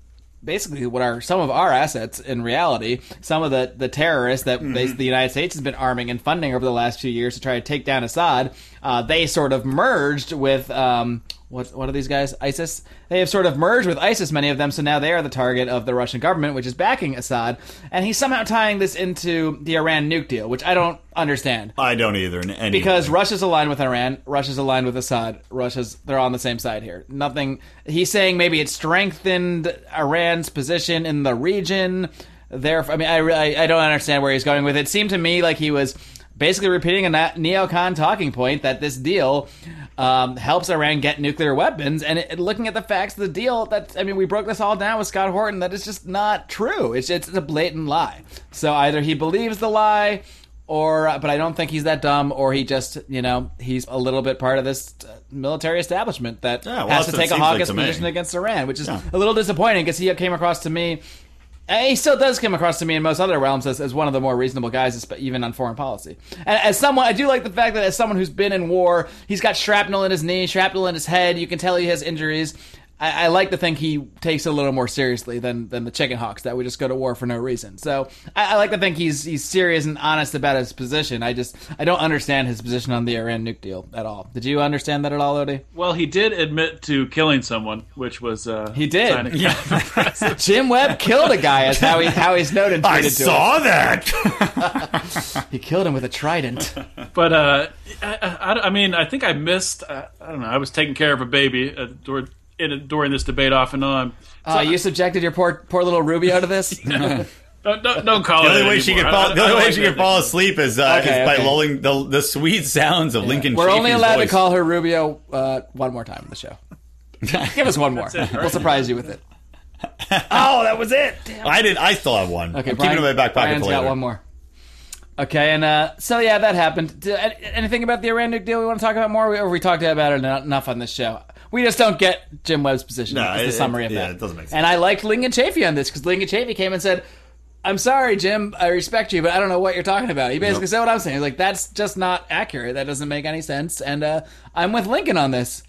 basically what are some of our assets in reality some of the, the terrorists that bas the united states has been arming and funding over the last few years to try to take down assad uh, they sort of merged with um, what, what are these guys isis they have sort of merged with isis many of them so now they are the target of the russian government which is backing assad and he's somehow tying this into the iran nuke deal which i don't understand I don't either. In any because way. Russia's aligned with Iran, Russia's aligned with Assad, Russia's they're on the same side here. Nothing he's saying maybe it strengthened Iran's position in the region. Therefore, I mean I really I don't understand where he's going with it. It seemed to me like he was basically repeating a na- neocon talking point that this deal um, helps Iran get nuclear weapons and it, looking at the facts of the deal that I mean we broke this all down with Scott Horton that is just not true. It's it's a blatant lie. So either he believes the lie or uh, but I don't think he's that dumb, or he just you know he's a little bit part of this uh, military establishment that Yeah, well, has to that's what it take a seems like hawkish to me. position against Iran, which is Yeah. a little disappointing because he came across to me. and Uh, He still does come across to me in most other realms as, as one of the more reasonable guys, esp- even on foreign policy. And as someone, I do like the fact that as someone who's been in war, he's got shrapnel in his knee, shrapnel in his head. You can tell he has injuries. I, I like to think he takes it a little more seriously than than the chicken hawks that would just go to war for no reason. So I, I like to think he's he's serious and honest about his position. I just I don't understand his position on the Iran nuke deal at all. Did you understand that at all, Odie? Well, he did admit to killing someone, which was uh, He did. sign (laughs) of- Jim Webb killed a guy, is how he how he's known and (laughs) I treated to saw that. (laughs) it. He killed him with a trident. But uh, I, I, I mean, I think I missed. Uh, I don't know. I was taking care of a baby uh, dur- in, during this debate off and on. Oh, you subjected your poor poor little Rubio to this. Don't, don't, don't call the it. only way she anymore. could I- fall. I- The I only way like she that. could fall asleep is, uh, Okay, is by okay. lulling the, the sweet sounds of Lincoln. We're only Chafee's allowed voice. to call her Rubio uh, one more time in the show. Give us one more. We'll surprise you with it. Oh, that was it. I did. I still have one. Okay, I'm Brian, keeping it in my back pocket Brian's for later. got one more. Okay, and uh, so yeah, that happened. Do- an- anything about the Iran nuke deal we want to talk about more, or we talked about it en- enough on this show? We just don't get Jim Webb's position. No, That's it- the it- summary of yeah, that. it doesn't make sense. And I liked Lincoln Chafee on this because Lincoln Chafee came and said, "I'm sorry, Jim. I respect you, but I don't know what you're talking about." He basically said what I'm saying. He's like, "That's just not accurate. That doesn't make any sense." And uh, I'm with Lincoln on this.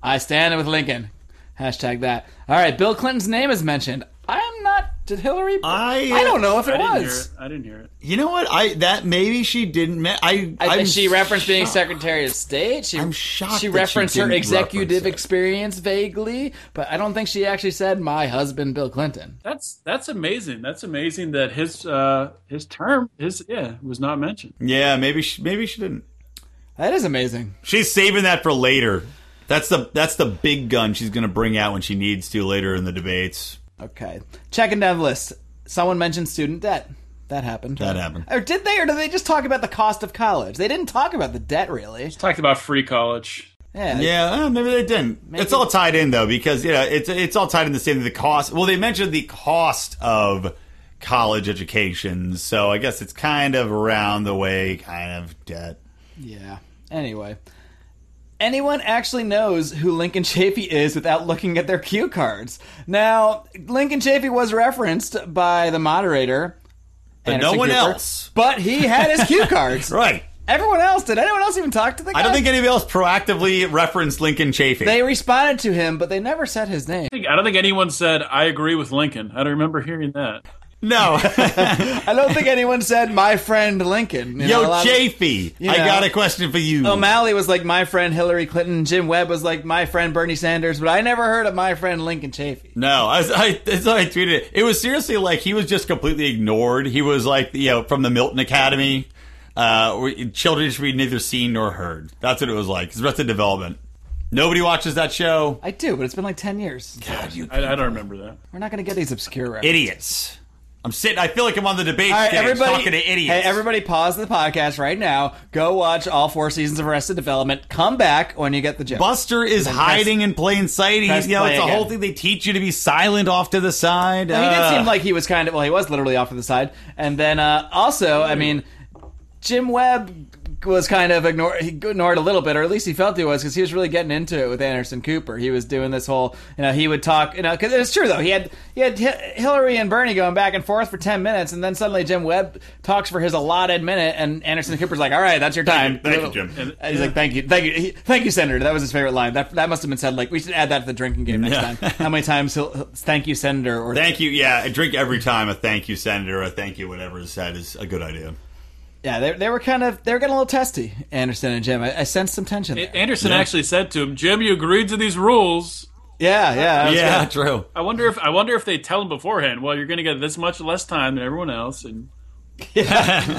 I stand with Lincoln. Hashtag that. All right, Bill Clinton's name is mentioned. I'm not. Did Hillary? I- I don't know if it I didn't hear was. it. I didn't hear it. You know what? I that maybe she didn't. Me- I, I I'm think she referenced being shocked. Secretary of State. She, I'm shocked She that she referenced her didn't executive reference it. experience vaguely, but I don't think she actually said my husband Bill Clinton. That's that's amazing. That's amazing that his uh, his term his yeah was not mentioned. Yeah, maybe she, maybe she didn't. That is amazing. She's saving that for later. That's the that's the big gun she's going to bring out when she needs to later in the debates. Okay, checking down the list. Someone mentioned student debt. That happened. That right? happened. Or did they? Or did they just talk about the cost of college? They didn't talk about the debt really. Talked about free college. Yeah. Yeah, eh, maybe they didn't. It's all tied in though, because you know it's it's all tied in the same. The cost. Well, they mentioned the cost of college education, so I guess it's kind of around the way, kind of debt. Yeah. Anyway. Anyone actually knows who Lincoln Chafee is without looking at their cue cards. Now, Lincoln Chafee was referenced by the moderator. But Anderson no one Cooper, else. But he had his (laughs) cue cards. Right. Everyone else, did anyone else even talk to the guy? I don't think anybody else proactively referenced Lincoln Chafee. they responded to him, but they never said his name. I think- I don't think anyone said I agree with Lincoln. I don't remember hearing that. (laughs) no. I don't think anyone said my friend Lincoln. You know, a (laughs) Yo, lot of- Chafee, you I know. Oh, got a question for you. O'Malley was like my friend Hillary Clinton. Jim Webb was like my friend Bernie Sanders, but I never heard of my friend Lincoln Chafee. No, I, was- I, that's what I tweeted. It was seriously like he was just completely ignored. He was like, you know, from the Milton Academy. Uh, where children should be neither seen nor heard. That's what it was like. It's Arrested Development. Nobody watches that show. I do, but it's been like 10 years. I, I don't remember that. We're not going to get these obscure references. Idiots. I'm sitting. I feel like I'm on the debate All right, stage everybody, talking to Hey, idiots. everybody, pause the podcast right now. Go watch all four seasons of Arrested Development. Come back when you get the joke. Buster is hiding in plain sight. He's, press you know, play it's a whole again. thing. They teach you to be silent off to the side. Well, he did Uh, seem like he was kind of well, he was literally off to the side. And then uh, also, Mm. I mean, Jim Webb was kind of ignored, he ignored a little bit, or at least he felt he was, because he was really getting into it with Anderson Cooper. He was doing this whole, you know, he would talk, you know, because it's true though. He had he had Hi- Hillary and Bernie going back and forth for ten minutes, and then suddenly Jim Webb talks for his allotted minute, and Anderson Cooper's like, "All right, that's your time." Thank you, Jim. And he's like, "Thank you, thank you, he, thank you, Senator." That was his favorite line. That that must have been said. Like, we should add that to the drinking game next Yeah. time. How many times he'll, he'll thank you, Senator, or Thank you. Yeah, I drink every time a thank you, Senator, a thank you, whatever is said is a good idea. Yeah, they, they were kind of they were getting a little testy, Anderson and Jim. I, I sensed some tension. There. A- Anderson actually said to him, "Jim, you agreed to these rules. yeah, yeah, that was yeah, good. true. I wonder if I wonder if they tell him beforehand. Well, you're going to get this much less time than everyone else." And (laughs)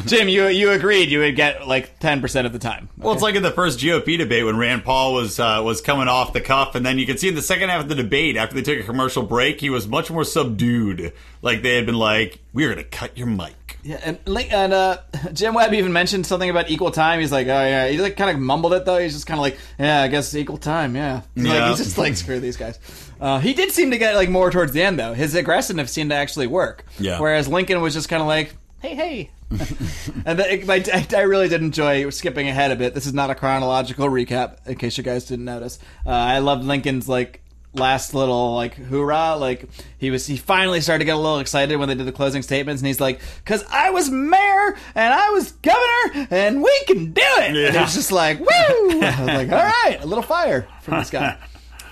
Jim, you you agreed you would get like ten percent of the time. Well, it's like in the first GOP debate when Rand Paul was uh, was coming off the cuff, and then you can see in the second half of the debate, after they took a commercial break, he was much more subdued. Like they had been like, "We're gonna cut your mic." Yeah, and Link- and uh, Jim Webb even mentioned something about equal time. He's like, oh yeah, he like kind of mumbled it though. He's just kind of like, yeah, I guess equal time. Yeah, Like, Yeah. he's just like screw these guys. Uh, he did seem to get like more towards the end though. His aggressiveness seemed to actually work. Yeah. Whereas Lincoln was just kind of like, hey hey. and the, I, (laughs) I really did enjoy skipping ahead a bit. This is not a chronological recap, in case you guys didn't notice. Uh, I loved Lincoln's like last little like hoorah. Like he was, he finally started to get a little excited when they did the closing statements, and he's like, "Cause I was mayor and I was governor, and we can do it." And it was just like, "Woo!" (laughs) I was like, "All right, a little fire from this (laughs) guy."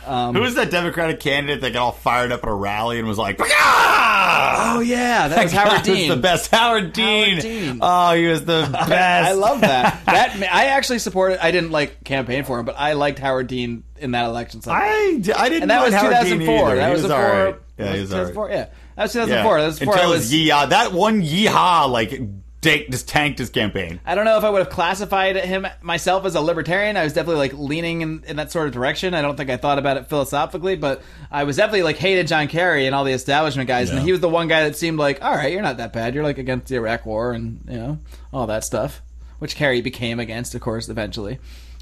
Um, Who was that Democratic candidate that got all fired up at a rally and was like, "Ah!" Oh yeah, that (laughs) was God, Howard he was Dean. the best. Howard Dean. Dean. Oh, he was the best. (laughs) I love (laughs) that. That I actually supported. I didn't like campaign for him, but I liked Howard Dean in that election cycle. I, I didn't. and that mind was Howard Dean 2004. either. That He was, was a all four. right. Yeah, he was all right. 2004. Yeah, that was Yeah. 2004. That was before I Until was. his yeehaw. That one yeehaw like dank, just tanked his campaign. I don't know if I would have classified him myself as a libertarian. I was definitely like leaning in, in that sort of direction. I don't think I thought about it philosophically, but I was definitely like hated John Kerry and all the establishment guys, Yeah. and he was the one guy that seemed like, all right, you're not that bad. You're like against the Iraq War and you know all that stuff, which Kerry became against, of course, eventually.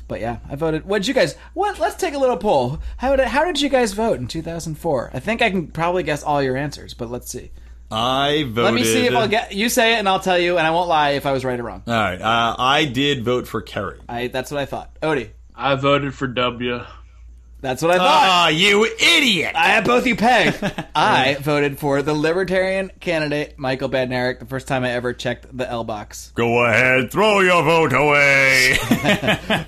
But yeah, I voted. What did you guys? What? Let's take a little poll. How did how did you guys vote in 2004? I think I can probably guess all your answers, but let's see. I voted. Let me see if I'll get. You say it, and I'll tell you, and I won't lie if I was right or wrong. All right, uh, I did vote for Kerry. I. That's what I thought. Odie, I voted for W. that's what I thought. Ah, you idiot! I have both you (laughs) pegged. I voted for the libertarian candidate Michael Badnarik the first time I ever checked the L box Go ahead, throw your vote (laughs) away.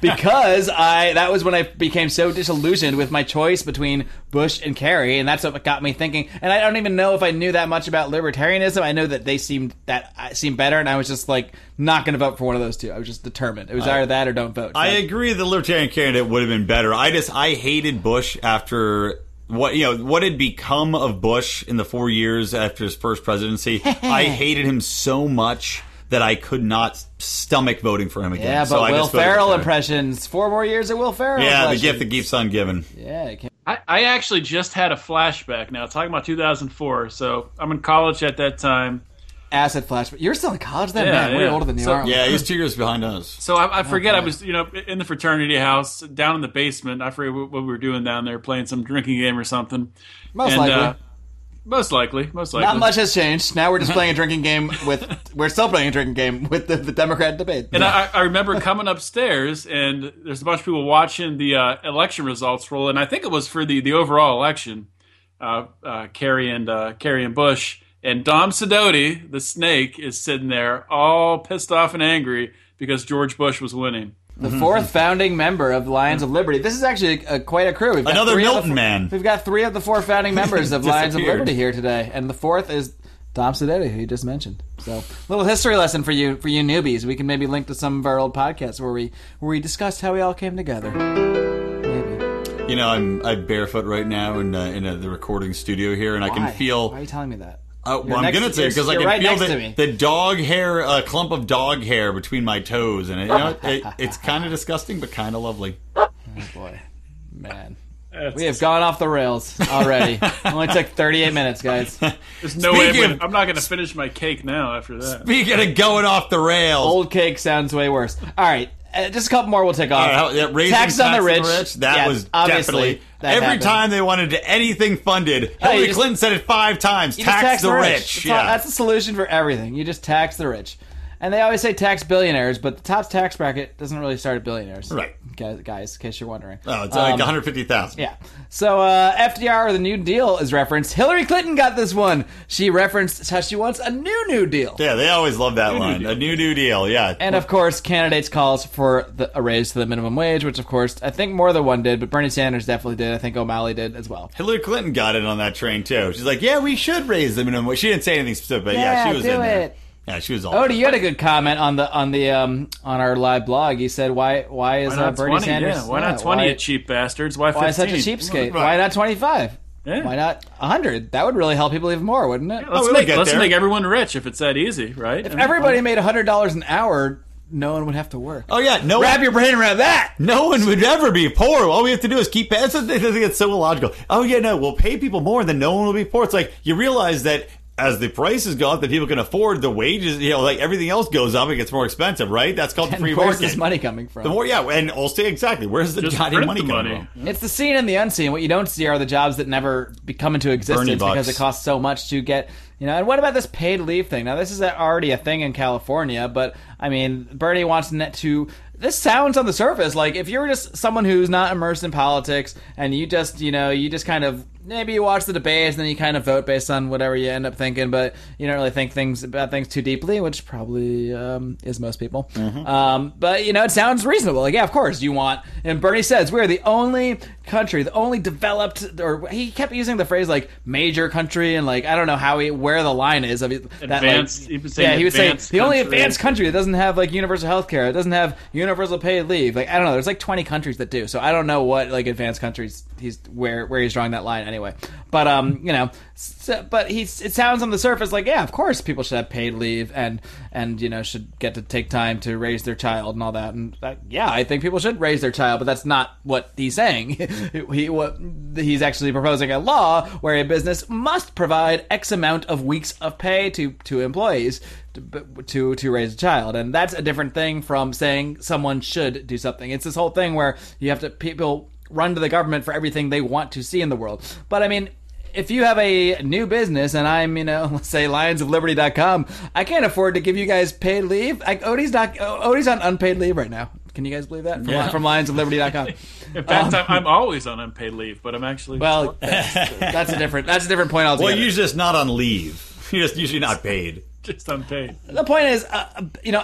because I that was when I became so disillusioned with my choice between Bush and Kerry, and that's what got me thinking. And I don't even know if I knew that much about libertarianism. I know that they seemed that I seemed better, and I was just like not going to vote for one of those two. I was just determined. It was either that or don't vote. I So- agree the libertarian candidate would have been better. I just I hated Bush after what you know what had become of Bush in the 4 years after his (laughs) first presidency. I hated him so much that I could not stomach voting for him again. yeah, but so I Will just voted Ferrell for Kerry. impressions. Four more years of Will Ferrell. Yeah, the impressions. gift that keeps on giving. Yeah, it came- I, I actually just had a flashback now, talking about 2004. So I'm in college at that time. acid flash. But you're still in college then, Yeah, man. We're yeah. older than you So- are. Yeah, (laughs) he's two years behind us. So I, I forget I was, you know, in the fraternity house down in the basement. I forget what, what we were doing down there, playing some drinking game or something. most And, likely. uh, most likely, most likely. Not much has changed. Now we're just playing a drinking game (laughs) with. We're still playing a drinking game with the, the Democrat debate. And I, I remember coming upstairs, and there's a bunch of people watching the uh, election results roll, and I think it was for the, the overall election, uh, uh, Kerry and uh, Kerry and Bush, and Dom Sidoti, the snake, is sitting there all pissed off and angry because George Bush was winning. the fourth founding member of Lions of Liberty. This is actually a, quite a crew. We've got Another three of the Milton four- man. We've got three of the four (laughs) founding members of Lions of Disappeared. Liberty here today, and the fourth is Tom Sedetti, who you just mentioned. So, little history lesson for you for you newbies. We can maybe link to some of our old podcasts where we where we discussed how we all came together. Maybe. You know, I'm I'm barefoot right now in uh, in uh, the recording studio here, and I Why? can feel. Why are you telling me that? Uh, You're well, I'm next- gonna say you're- because I you're can right feel next to me. the, the dog hair, a clump of dog hair between (laughs) my toes, and it, you know, it, it's kind of disgusting, but kind of lovely. Boy, man. We have gone off the rails (laughs) already. Only took 38 minutes, guys. There's no way I'm, Speaking gonna, of- I'm not going to finish my cake now after that. Speaking of going off the rails, Old cake sounds way worse. All right, uh, just a couple more we'll take off. All right, how- yeah, raising tax on the rich. That Yeah, was obviously definitely that every happened. time they wanted to- anything funded. Hey, Hillary you just- Clinton said it five times. You just Tax, the rich. That's, all- Yeah. that's the solution for everything. You just tax the rich. And they always say tax billionaires, but the top tax bracket doesn't really start at billionaires. Right. Guys, guys in case you're wondering. oh, it's like 150,000. Um, Yeah. So uh, FDR or the New Deal is referenced. Hillary Clinton got this one. She referenced how she wants a new New Deal. Yeah, they always love that line. Deal. A new new deal. Yeah. And of course, candidates calls for the, a raise to the minimum wage, which of course I think more than one did, but Bernie Sanders definitely did. I think O'Malley did as well. Hillary Clinton got in on that train too. She's like, "Yeah, we should raise the minimum wage." She didn't say anything specific, but yeah, Yeah, she was do in there. it. Yeah, she was all. Odie, you had a good comment on the on the um, on our live blog. You said why why is Why uh, not Bernie twenty? Sanders? yeah. Why not twenty, why- you cheap bastards? Why fifteen? Why such a cheapskate? Why not twenty five? Yeah. Why not hundred? That would really help people even more, wouldn't it? Let's, Oh, we'll make, get let's there. make everyone rich if it's that easy, right? if everybody made hundred dollars an hour, no one would have to work. Oh yeah, no. Wrap your brain around that. No one would ever be poor. All we have to do is keep. That's what they think it's so illogical. Oh yeah, no, we'll pay people more, then no one will be poor. It's like you realize that as the prices go up, that people can afford the wages. You know, like everything else goes up, it gets more expensive, right? That's called the free Where's market. this money coming from? The more, yeah, and I'll say exactly. Where's the Just goddamn print money the coming money. from? It's the seen and the unseen. What you don't see are the jobs that never be come into existence Bernie bucks. because it costs so much to get. You know, and what about this paid leave thing? Now, this is already a thing in California, but I mean, Bernie wants net to. This sounds on the surface like if you're just someone who's not immersed in politics and you just, you know, you just kind of maybe you watch the debates and then you kind of vote based on whatever you end up thinking, but you don't really think things about things too deeply, which probably um, is most people. Um, but you know, it sounds reasonable. Like, yeah, of course you want. And Bernie says we are the only country, the only developed, or he kept using the phrase like major country, and like I don't know how he where the line is. of it- that, like- Advanced- he was saying yeah, he was saying advanced the only country. advanced country that doesn't have like universal health care, it doesn't have universal paid leave. Like I don't know, there's like 20 countries that do. So I don't know what like advanced countries he's where where he's drawing that line anyway. But um, you know, so, but he's it sounds on the surface like yeah, of course people should have paid leave and and you know should get to take time to raise their child and all that. And that, yeah, I think people should raise their child, but that's not what he's saying. (laughs) he what he's actually proposing a law where a business must provide X amount of weeks of pay to to employees to to, to raise a child, and that's a different thing from saying someone should do something. It's this whole thing where you have to people run to the government for everything they want to see in the world. But I mean. If you have a new business and I'm, you know, (laughs) let's say lionsofliberty.com, I can't afford to give you guys paid leave. I, Odie's not, Odie's on unpaid leave right now. Can you guys believe that? From, from lionsofliberty.com. In fact, I'm, I'm always on unpaid leave, but I'm actually Um, Well, that's, that's a different that's a different point altogether. Well, you're just not on leave. (laughs) You're just usually not paid. just unpaid. the point is, uh, you know,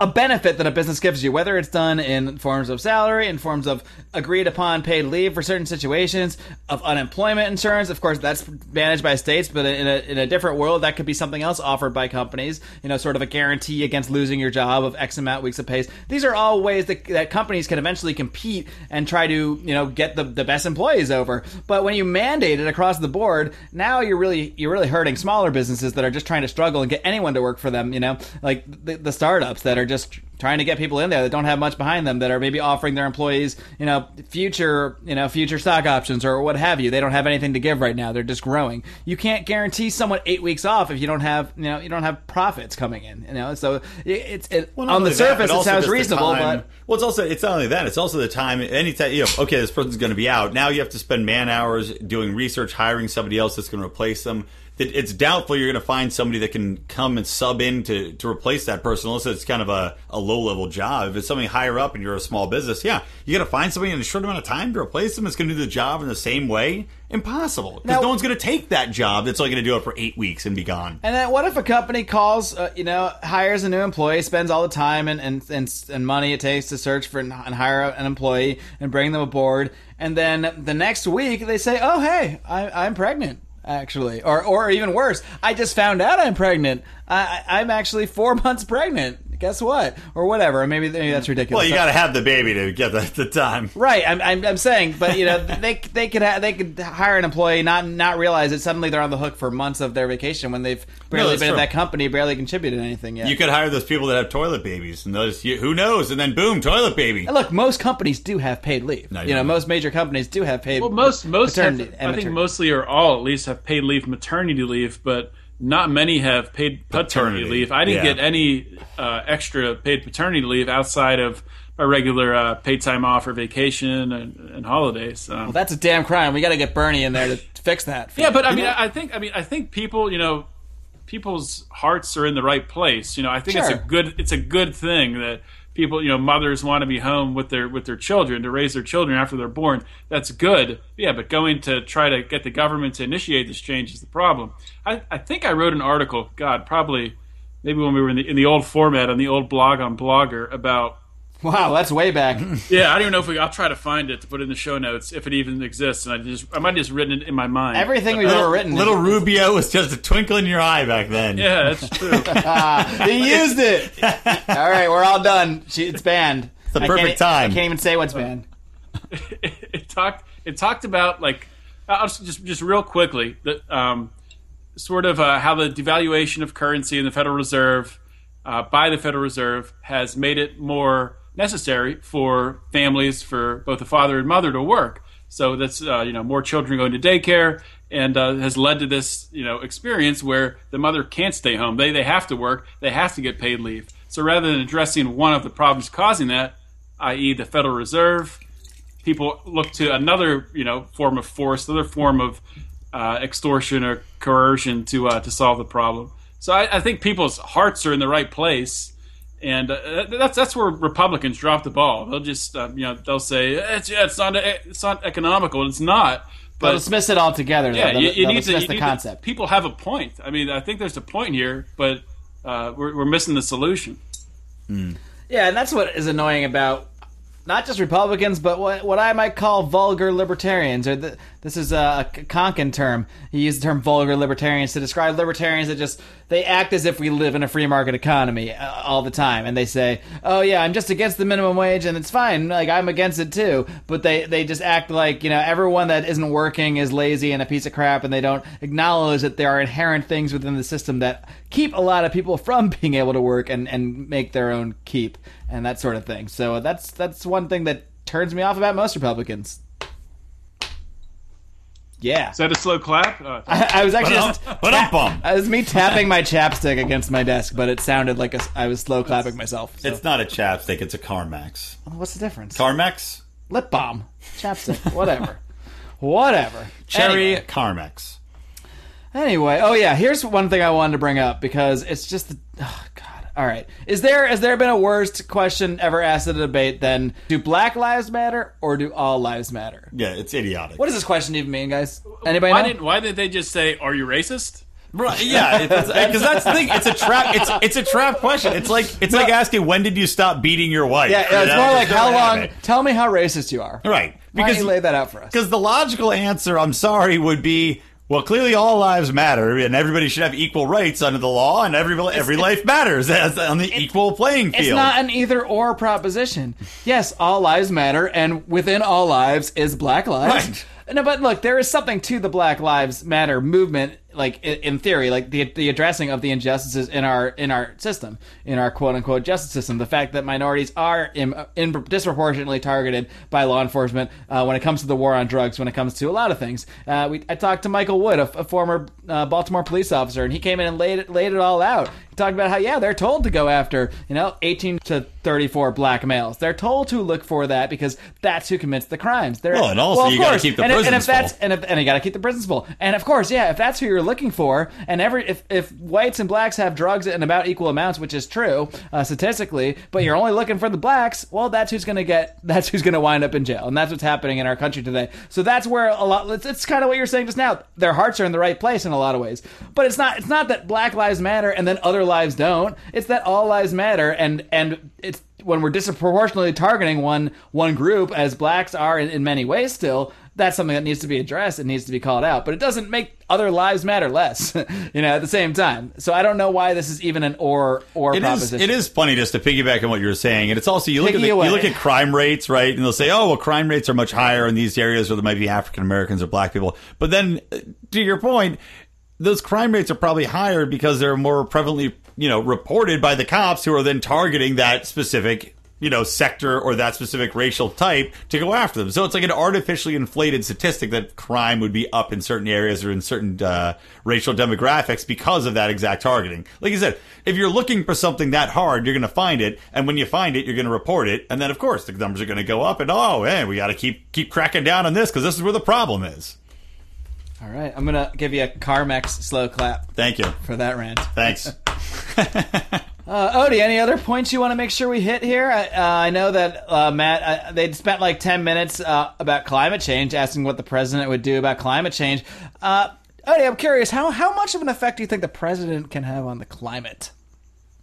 a benefit that a business gives you, whether it's done in forms of salary, in forms of agreed upon paid leave for certain situations, of unemployment insurance. Of course, that's managed by states, but in a, in a different world, that could be something else offered by companies. You know, sort of a guarantee against losing your job of X amount weeks of pay. These are all ways that, that companies can eventually compete and try to, you know, get the, the best employees over. But when you mandate it across the board, now you're really you're really hurting smaller businesses that are just trying to struggle and get anyone to work for them. You know, like the, the startups that are just trying to get people in there that don't have much behind them that are maybe offering their employees you know future you know future stock options or what have you they don't have anything to give right now they're just growing you can't guarantee someone eight weeks off if you don't have you know you don't have profits coming in you know so it, it's it, Well, not on the only that, surface it but also sounds just the reasonable time. but well, it's also it's not only that; it's also the time. Anytime you know, okay, this person's going to be out. Now you have to spend man hours doing research, hiring somebody else that's going to replace them. That it's doubtful you're going to find somebody that can come and sub in to, to replace that person, unless it's kind of a, a low level job. If it's something higher up and you're a small business, yeah, you got to find somebody in a short amount of time to replace them. that's going to do the job in the same way. Impossible because Now- no one's going to take that job. That's only going to do it for eight weeks and be gone. And then what if a company calls, uh, you know, hires a new employee, spends all the time and and, and, and money it takes to search for and hire an employee and bring them aboard, and then the next week they say, "Oh, hey, I, I'm pregnant." Actually, or or even worse, I just found out I'm pregnant. I, I- I'm actually four (laughs) months pregnant. guess what? Or whatever. Maybe, maybe that's ridiculous. Well, you got to have the baby to get the, the time. Right, I'm, I'm, I'm saying, but you know, (laughs) they they could ha- they could hire an employee not not realize that suddenly they're on the hook for months of their vacation when they've barely that's been true. at that company, barely contributed anything yet. You could hire those people that have toilet babies, and those you, who knows, and then boom, toilet baby. And Look, most companies do have paid leave. No, you you know, don't. most major companies do have paid. Well, most most have, paternity and I think maternity. mostly or all at least have paid leave maternity leave, but not many have paid paternity, Paternity, leave. I didn't yeah. get any uh, extra paid paternity leave outside of my regular uh, paid time off or vacation and, and holidays. Um, That's a damn crime. We got to get Bernie in there to fix that. yeah, but I mean, I I think I mean I think people, you know, people's hearts are in the right place. You know, I think it's Sure. a good it's a good thing that people, you know, mothers want to be home with their with their children to raise their children after they're born. That's good. Yeah, but going to try to get the government to initiate this change is the problem. I, I think I wrote an article, God, probably maybe when we were in the in the old format on the old blog on Blogger about wow, that's way back. yeah, I don't even know if we I'll try to find it to put it in the show notes if it even exists and I just I might have just written it in my mind. Everything we've ever written, Little Rubio was just a twinkle in your eye back then. yeah, that's true. (laughs) he used it. all right, we're all done. She, it's banned. It's the perfect time. I can't even say what's banned. (laughs) it talked it talked about like I'll just just, just real quickly the um, sort of uh, how the devaluation of currency in the Federal Reserve uh, by the Federal Reserve has made it more necessary for families for both the father and mother to work. So that's uh, you know more children going to daycare and uh, has led to this you know experience where the mother can't stay home. They they have to work. They have to get paid leave. So rather than addressing one of the problems causing that, i.e., the Federal Reserve, people look to another you know form of force, another form of uh, extortion or coercion to uh, to solve the problem. So I, I think people's hearts are in the right place, and uh, that's that's where Republicans drop the ball. They'll just uh, you know they'll say it's yeah, it's not it's not economical, and it's not. They'll But dismiss it altogether. yeah, though. you, They'll- you they'll need to dismiss you the need to- concept. people have a point. I mean, I think there's a point here, but uh, we're, we're missing the solution. Yeah, and that's what is annoying about not just Republicans, but what what I might call vulgar libertarians. Or the, this is a, a Konkin term. He used the term vulgar libertarians to describe libertarians that just they act as if we live in a free market economy uh, all the time, and they say, "Oh yeah, I'm just against the minimum wage, and it's fine. Like I'm against it too." But they they just act like you know everyone that isn't working is lazy and a piece of crap, and they don't acknowledge that there are inherent things within the system that keep a lot of people (laughs) from being able to work and and make their own keep and that sort of thing. So that's that's one thing that turns me off about most Republicans. Yeah, Is that a slow clap? Uh, (laughs) I, I was actually. Ba-dum- Just, ba-dum bum. I was me tapping my chapstick against my desk, but it sounded like a, I was slow clapping myself. So. It's not a chapstick; it's a Carmax. What's the difference? Carmax, Lip balm, chapstick, (laughs) whatever, whatever. cherry Anyway. Carmax. Anyway, oh yeah, here's one thing I wanted to bring up because it's just the oh god. All right, is there has there been a worse question ever asked at a debate than do Black Lives Matter or do all lives matter? Yeah, it's idiotic. What does this question even mean, guys? (laughs) Anybody why know? didn't why did they just say, "Are you racist"? Right, yeah, (laughs) because that's the thing. It's a trap. It's it's a trap question. It's like it's like asking when did you stop beating your wife? yeah, yeah, You it's know, more just like don't how have long? it. Tell me how racist you are. Right, Why don't you lay because that out for us? because the logical answer, I'm sorry, would be well, clearly all lives matter, and everybody should have equal rights under the law, and every every life matters (laughs) as on the equal playing field. It's not an either or proposition. Yes, all lives matter, and within all lives is black lives. No, but look, there is something to the Black Lives Matter movement, like in, in theory, like the the addressing of the injustices in our in our system, in our quote unquote justice system. The fact that minorities are in, in disproportionately targeted by law enforcement uh, when it comes to the war on drugs, when it comes to a lot of things. Uh, we, I talked to Michael Wood, a, a former uh, Baltimore police officer, and he came in and laid it laid it all out. He talked about how yeah, they're told to go after you know 18 to 34 black males. They're told to look for that because that's who commits the crimes. They're, Well, and also of you gotta course. keep the and, if- and prisons if that's full. and if, and you got to keep the prisons full. And of course, yeah, if that's who you're looking for, and every if, if whites and blacks have drugs in about equal amounts, which is true uh, statistically, but you're only looking for the blacks, well, that's who's going to get (laughs) that's who's going to wind up in jail, and that's what's happening in our country today. So that's where a lot. It's, it's kind of what you're saying just now. Their hearts are in the right place in a lot of ways, but it's not. It's not that black lives matter and then other lives don't. It's that all lives matter, and and it's when we're disproportionately targeting one one group as blacks are in, in many ways still that's something that needs to be addressed. It needs to be called out, but it doesn't make other lives matter less. (laughs) you know, at the same time. So I don't know why this is even an or or It is, proposition. it is funny just to piggyback on what you were saying, and it's also you look Piggy at the, away. you look at crime rates, right? And they'll say, "Oh, well, crime rates are much higher in these areas where there might be African Americans or Black people." But then, uh, to your point, those crime rates are probably higher because they're more prevalently, you know, reported by the cops, who are then targeting that specific, you know, sector or that specific racial type to go after them. So it's like an artificially inflated statistic that crime would be up in certain areas or in certain uh, racial demographics because of that exact targeting. Like you said, if you're looking for something that hard, you're going to find it, and when you find it, you're going to report it, and then of course the numbers are going to go up. And oh, hey, we got to keep keep cracking down on this because this is where the problem is. All right, I'm gonna give you a Carmex slow clap Thank you. for that rant. (laughs) Thanks. Uh, Odie, any other points you want to make sure we hit here? I, uh, I know that uh, Matt, uh, they'd spent like 10 minutes uh, about climate change, asking what the president would do about climate change. Uh, Odie, I'm curious, how, how much of an effect do you think the president can have on the climate?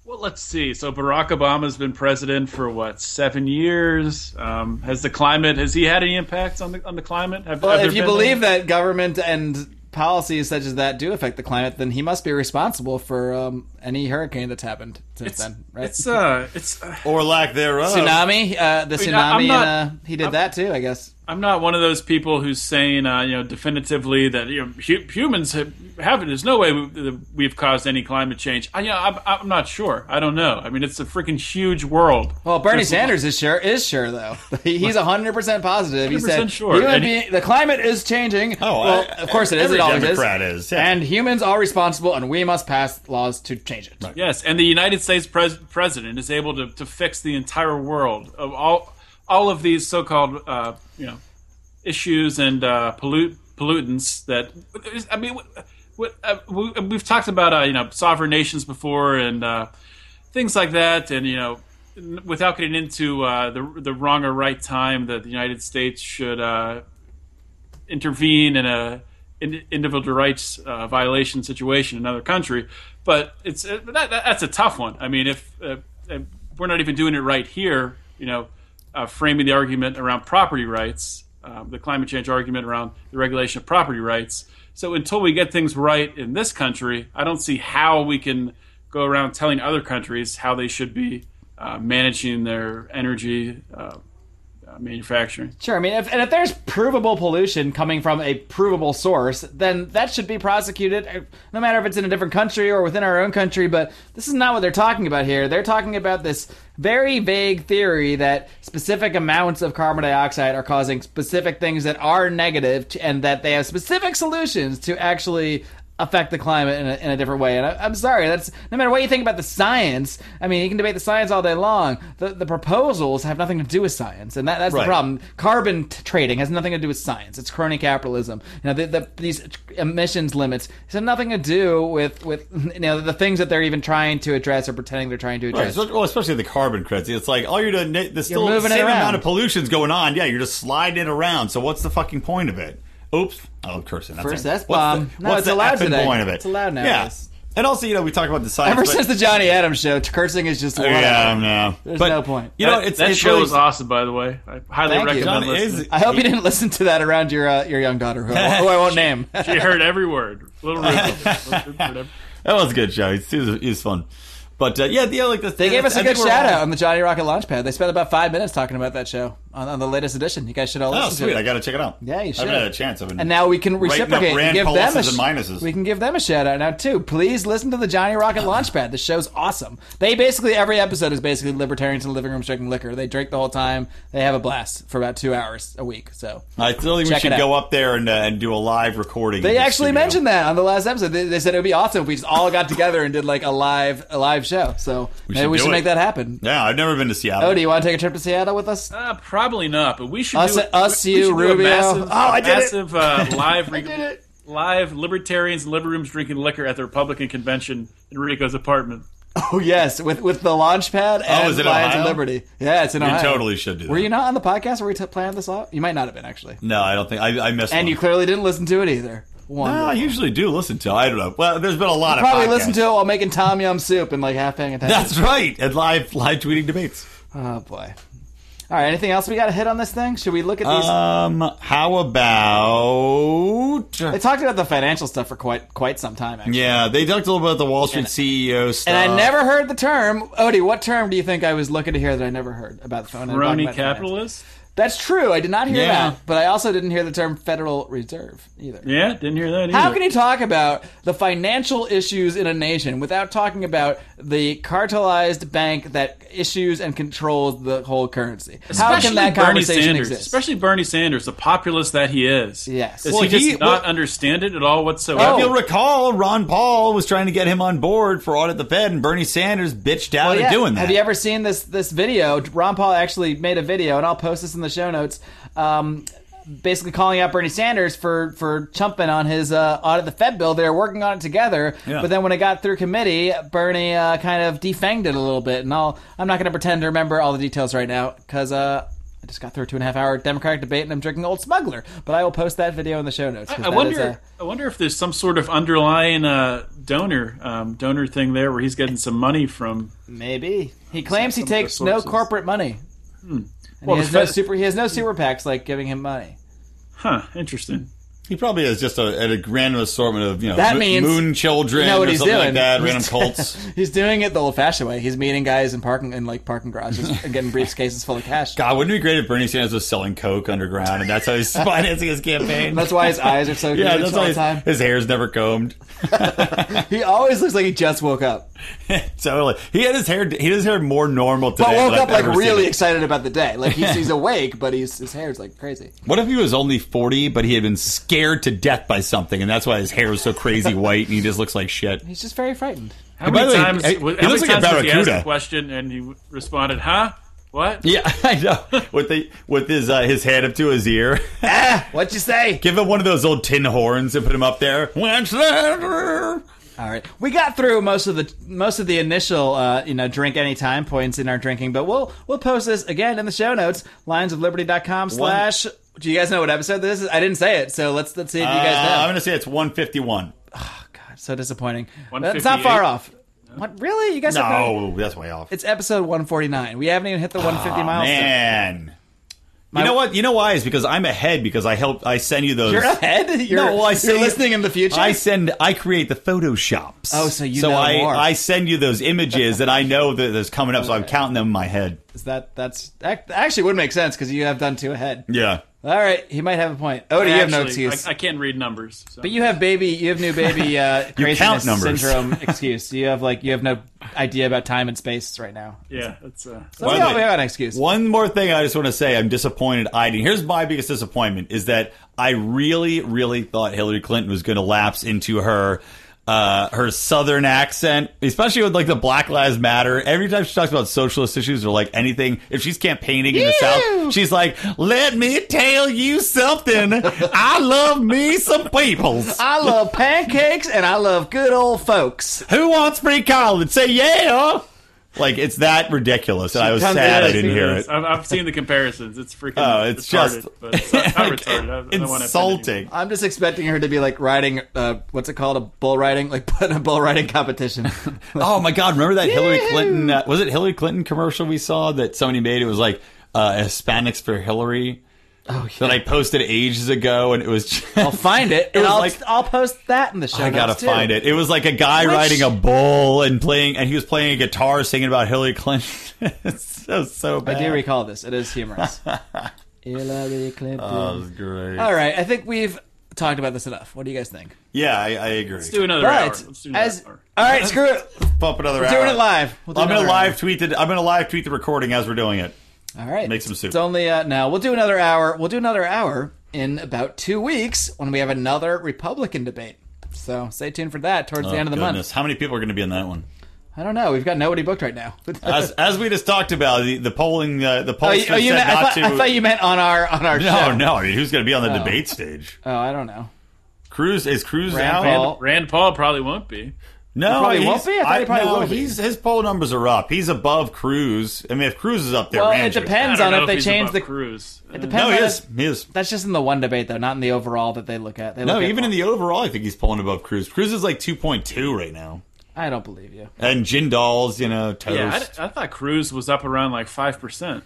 Well, let's see. So Barack Obama's been president for what seven years? Um, has the climate? Has he had any impacts on the on the climate? Have, have Well, there if you been- believe that government and policies such as that do affect the climate, then he must be responsible for um, any hurricane that's happened since it's, then, right? it's uh, it's. Uh, or lack thereof. tsunami, uh, the mean, I- I'm tsunami, not- and, uh, he did that too, I guess. I'm not one of those people who's saying uh, you know definitively that you know, hu- humans have, have it. There's no way we, we've caused any climate change. I, you know, I'm, I'm not sure. I don't know. I mean, it's a freaking huge world. Well, Bernie There's a lot- Sanders is sure is sure though. (laughs) He- He's hundred percent positive. He 100% said sure. human And he- being, the climate is changing. Oh, well, I- of course it is. every It always Democrat is. is, yeah. And humans are responsible, and we must pass laws to change it. Yes, and the United States pres- president is able to, to fix the entire world of all all of these so-called uh, you know issues and uh, pollute pollutants that I mean what, what, uh, we, we've talked about uh, you know sovereign nations before and uh, things like that and you know n- without getting into uh, the the wrong or right time that the United States should uh, intervene in a in, individual rights uh, violation situation in another country. But it's uh, that, that- that's a tough one. I mean, if uh, uh, we're not even doing it right here, you know, uh, framing the argument around property rights, um, the climate change argument around the regulation of property rights. So until we get things right in this country, I don't see how we can go around telling other countries how they should be uh, managing their energy uh, uh, manufacturing. Sure. I mean, if, and if there's provable pollution coming from a provable source, then that should be prosecuted, uh, no matter if it's in a different country or within our own country. But this is not what they're talking about here. They're talking about this very vague theory that specific amounts of carbon dioxide are causing specific things that are negative, to, and that they have specific solutions to actually affect the climate in a, in a different way. And I, I'm sorry, that's no matter what you think about the science. I mean, you can debate the science all day long. The, the proposals have nothing to do with science, and that, that's Right. the problem. Carbon t- trading has nothing to do with science. It's crony capitalism. You know, the, the, these emissions limits have nothing to do with with (laughs) you know the things that they're even trying to address or pretending they're trying to Right, address. so- well, especially the carbon credits. It's like, oh, you're doing there's still the moving it same around. amount of pollution's going on. Yeah, you're just sliding it around. So what's the fucking point of it? Oops, oh, I'm cursing. That's First all right. S-bomb. What's the, No, what's it's the allowed effing today. point of it? It's allowed now. Yeah, nowadays. and also, you know, we talk about the science. Ever but- Oh, since the Johnny Adams show, cursing is just whatever. yeah, no, There's but, no point. You know, that, it's that it's show really- is awesome, by the way. I Thank highly you. recommend John listening. is. I hope (laughs) you didn't listen to that around your uh, your young daughter, who, who I won't name. She heard every word. Little (laughs) Rupert. That was a good show. It's, it, was, it was fun. But uh, yeah, yeah, like the, They gave us a a good shout out on the Johnny Rocket Launchpad. They spent about five minutes talking about that show on, on the latest edition. You guys should all Oh, listen sweet! to I it. got to check it out. Yeah, you I should. haven't had a chance. I've been And now we can writing up reciprocate and Rand give them a pluses sh- and minuses. we can give them a shout out now too. Please listen to the Johnny Rocket Launchpad. The show's awesome. They basically every episode is basically libertarians in the living room drinking liquor. They drink the whole time. They have a blast for about two hours a week. So I still think we Check should it out. go up there and uh, and do a live recording. They actually mentioned that on the last episode. They, they said it would be awesome if we just all got together and did like a live a live show. So maybe should we do should it. make that happen. Yeah, I've never been to Seattle. Oh, do you want to take a trip to Seattle with us? Uh, probably not, but we should Us- do, a- us, we you, should do Rubio. A massive, Oh, I a did it. (laughs) massive, Uh, live, re- live libertarians in living rooms drinking liquor at the Republican convention in Rico's apartment. Oh yes, with with the launch pad and Oh, is it Lions Ohio? and Liberty. Yeah, it's in You Ohio. totally should do that. Were you not on the podcast where we t- planned this out? You might not have been actually, No, I don't think I, I missed. and one. you clearly didn't listen to it either. One. No, I usually do listen to. I don't know. Well, there's been a lot of Probably podcasts. listened (laughs) to it while making Tom Yum soup and like half paying attention. That's right, and live live tweeting debates. oh boy. All right, anything else we got to hit on this thing? Should we look at these? Um, how about? they talked about the financial stuff for quite quite some time, actually. Yeah, uh, they talked a little bit about the Wall Street CEO stuff. And I never heard the term. Odie, what term do you think I was looking to hear that I never heard about the phone? Crony capitalist? That's true. I did not hear Yeah. that. But I also didn't hear the term Federal Reserve either. Yeah, didn't hear that either. How can you talk about the financial issues in a nation without talking about the cartelized bank that issues and controls the whole currency? How can Especially that Bernie conversation Sanders, exist? Especially Bernie Sanders, the populist that he is. Yes. Does Well, he just he- well- not understand it at all If whatsoever? Oh. you'll recall, Ron Paul was trying to get him on board for audit the Fed, and Bernie Sanders bitched out Oh, yeah. at doing that. Have you ever seen this this video? Ron Paul actually made a video, and I'll post this in the show notes. Um, basically, calling out Bernie Sanders for for chumping on his uh, audit the Fed bill. They were working on it together, Yeah. but then when it got through committee, Bernie uh, kind of defanged it a little bit. And I'll I'm not going to pretend to remember all the details right now because. Uh, I just got through a two and a half hour Democratic debate and I'm drinking Old Smuggler, but I will post that video in the show notes. 'cause I that wonder. is a- I wonder if there's some sort of underlying uh, donor um, donor thing there where he's getting some money from. maybe he claims he Some of the takes no sources. corporate money. And Well, he the has no Fed- super. He has no super PACs like giving him money. Huh. Interesting. He probably is just a, at a random assortment of you know That mo- means- moon children You know what (laughs) or he's something like doing. that, random cults. He's doing it the old-fashioned way. He's meeting guys in parking in like parking garages and getting briefcases full of cash. God, wouldn't it be great if Bernie Sanders was selling coke underground, and that's how he's (laughs) financing his campaign? That's why his eyes are (laughs) so yeah, huge that's all why the time. his, his hair's never combed. (laughs) He always looks like he just woke up, totally, he had his hair. He had his hair more normal today. but woke than I've up like ever seen really it. excited about the day. Like he's, he's awake, but he's, his hair's like crazy. What if he was only 40, but he had been scared to death by something, and that's why his hair is (laughs) so crazy white, and he just looks like shit? He's just very frightened. How And by many the way, times? he- how he many looks like a times was he asked barracuda. a question and he responded, "Huh? What?" Yeah, (laughs) I know. With the with his uh, his head up to his ear. What'd you say? (laughs) Give him one of those old tin horns and put him up there. Uh, What's that? All right, we got through most of the most of the initial, uh, you know, drink any time points in our drinking, but we'll we'll post this again in the show notes. Lionsofliberty.com slash. Do you guys know what episode this is? I didn't say it, so let's let's see if you guys know. Uh, I'm going to say it's 151. Uh, So disappointing. It's not 158? far off. What really? You guys? have No, that's way off. It's episode 149. We haven't even hit the 150 milestone. Man. you know what? You know why? Is because I'm ahead because I help. I send you those. You're ahead. You're, well, I you're say- listening in the future. I send. I create the photoshops. Oh, so you so know I, more. I send you those images that I know that that's coming up. (laughs) So I'm counting them in my head. Is that that's that actually would make sense because you have done two ahead. Yeah. All right, he might have a point. Oh, you have no Actually, excuse. I, I can't read numbers. So. but you have baby. You have new baby uh, (laughs) You count craziness numbers. syndrome excuse. You have like you have no idea about time and space right now. yeah, that's uh, So we By the all- way, we got an excuse. One more thing I just want to say I'm disappointed I didn't. Here's my biggest disappointment is that I really, really thought Hillary Clinton was going to lapse into her. Uh, her southern accent, especially with like the Black Lives Matter. Every time she talks about socialist issues or like anything, if she's campaigning in the South, she's like, "Let me tell you something. I love me some peoples. I love pancakes and I love good old folks. Who wants free college? Say yeah." Like it's that ridiculous. And I was comes sad out I of didn't hear Yes, it. I've, I've seen the comparisons. It's freaking. Oh, it's retarded, just but it's not, (laughs) not retarded. I, I don't wanna offend anyone. insulting. I'm just expecting her to be like riding, uh, what's it called, a bull riding, like (laughs) put in a bull riding competition. Oh my God! Remember that Hillary Clinton? Uh, was it Hillary Clinton commercial we saw that somebody made? It was like uh, Hispanics for Hillary. (laughs) Oh, That I posted ages ago, and it was. Just, I'll find (laughs) it, and was I'll, like- I'll post that in the show. I gotta notes, too. find it. It was like a guy Which- riding a bull and playing, and he was playing a guitar, singing about Hillary Clinton. (laughs) it's so so I bad. do recall this. It is humorous. (laughs) Hillary Clinton. That was great. All right, I think we've talked about this enough. What do you guys think? Yeah, I, I agree. Let's do another hour. But Let's do another as hour. all right, screw it. Pump another. We're doing hour. it live. We'll do I'm gonna another live tweet the. I'm gonna live tweet the recording as we're doing it. hour. All right, make some soup. It's only uh, now. We'll do another hour. We'll do another hour in about two weeks when we have another Republican debate. So stay tuned for that towards the end of the Oh, Goodness, how many people are gonna be in that one? month. I don't know. We've got nobody booked right now. (laughs) As, as we just talked about, the, the polling, uh, the Oh, pollster you, oh, you said meant, not I, thought, to. I thought you meant on our on our No, show. no. I mean, who's going to be on the debate stage? Oh, I don't know. Cruz is Cruz Rand out? Paul. Rand Paul probably won't be. No, probably he's- won't be? I thought he probably no, will be. He's, his poll numbers are up. He's above Cruz. I mean, if Cruz is up there, Well, Rand it should- depends I on don't if know they he's change above the. Cruz. It Uh, depends. No, on he if- is. He is. That's just in the one debate, though, not in the overall that they look at. They No, look at- even in the overall, I think he's pulling above Cruz. Cruz is like 2.2 right now. I don't believe you. And Jindal's, you know, toast. yeah, I, I thought Cruz was up around like five percent.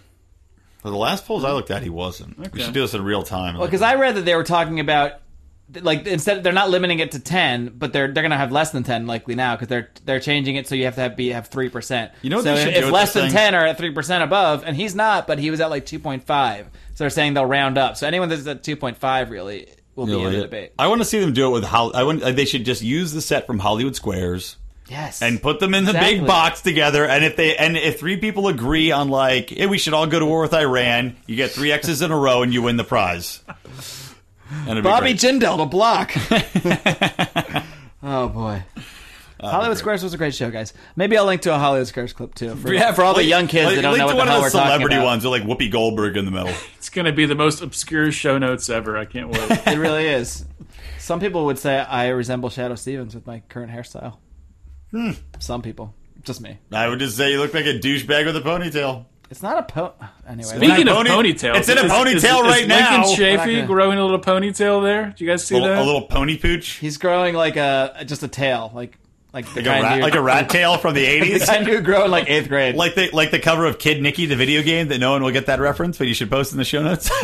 For the last polls I looked at, he wasn't. We Okay. should do this in real time. Because I read that they were talking about like instead they're not limiting it to 10 but they're they're gonna have less than 10 likely now because they're they're changing it so you have to have be have 3% You know what so they should if do with less this than thing? 10 are at 3% above and he's not but he was at like 2.5 so they're saying they'll round up so anyone that's at 2.5 really will be in the debate I want to see them do it with Hol- I want, they should just use the set from Hollywood Squares yes and put them in the big Exactly. box together. And if they and if three people agree on like, hey, we should all go to war with Iran, you get three X's in a row and you win the prize. And it'd be Bobby great. Jindal to (laughs) block. (laughs) oh boy. Oh, Hollywood Squares was a great show, guys. Maybe I'll link to a Hollywood Squares clip too. For, yeah, for all the young kids Like- that don't like know what to the one hell of we're the talking celebrity about. ones, they're like Whoopi Goldberg in the middle. It's going to be the most obscure show notes ever. I (laughs) can't wait. It really is. Some people would say I resemble Shadow Stevens with my current hairstyle. Some people, just me. I would just say you look like a douchebag with a ponytail. It's not a po. Anyway, Speaking of Pony- ponytails, it's in a is- is- ponytail is right now. Lincoln We're not Chafee gonna- growing a little ponytail there. Do you guys see A, little- that? a little pony pooch, he's growing like a just a tail, like like the like a, kind rat, you, like (laughs) a rat tail from the the eighties. kind you grow in like eighth grade. Like the like the cover of Kid Nicky, the video game that no one will get that reference, but you should post in the show notes. (laughs)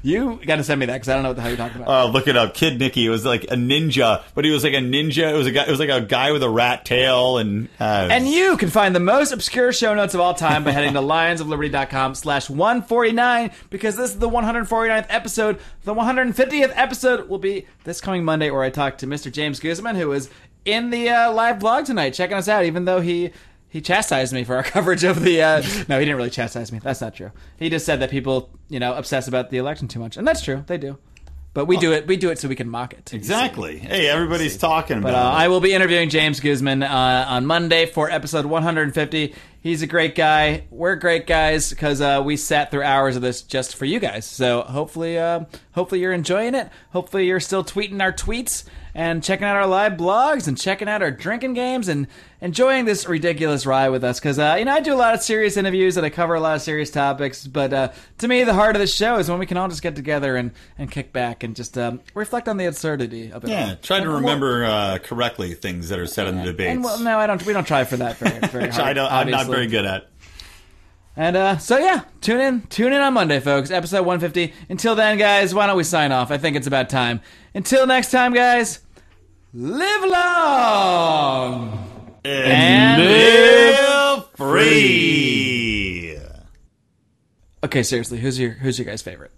you got to send me that because I don't know what the hell you're talking about. uh, look it up. Kid Nicky was like a ninja, but he was like a ninja. It was a guy. It was like a guy with a rat tail, and uh, And you can find the most obscure show notes of all time by heading to (laughs) lionsofliberty.com slash 149 because this is the 149th episode. The 150th episode will be this coming Monday where I talk to Mr. James Guzman who is in the uh, live vlog tonight checking us out even though he he chastised me for our (laughs) coverage of the uh, no he didn't really chastise me that's not true he just said that people you know obsess about the election too much and that's true they do but we do it we do it so we can mock it exactly. Hey, everybody's talking but uh, about. it. I will be interviewing James Guzman uh, on Monday for episode 150. He's a great guy. We're great guys because uh, we sat through hours of this just for you guys. So hopefully, um hopefully you're enjoying it. Hopefully you're still tweeting our tweets and checking out our live blogs and checking out our drinking games and enjoying this ridiculous ride with us. Because uh, you know I do a lot of serious interviews and I cover a lot of serious topics. But uh, to me, the heart of the show is when we can all just get together and, and kick back and just um, reflect on the absurdity of it. all. yeah, try to remember uh, correctly things that are said in the debates. And well, no, I don't. We don't try for that very, (laughs) very which hard. I don't, I'm not obviously. very good at. And uh, so yeah, tune in, tune in on Monday, folks. Episode 150. Until then, guys, why don't we sign off? I think it's about time. Until next time, guys, live long and Live free. Okay, seriously, who's your who's your guys' favorite?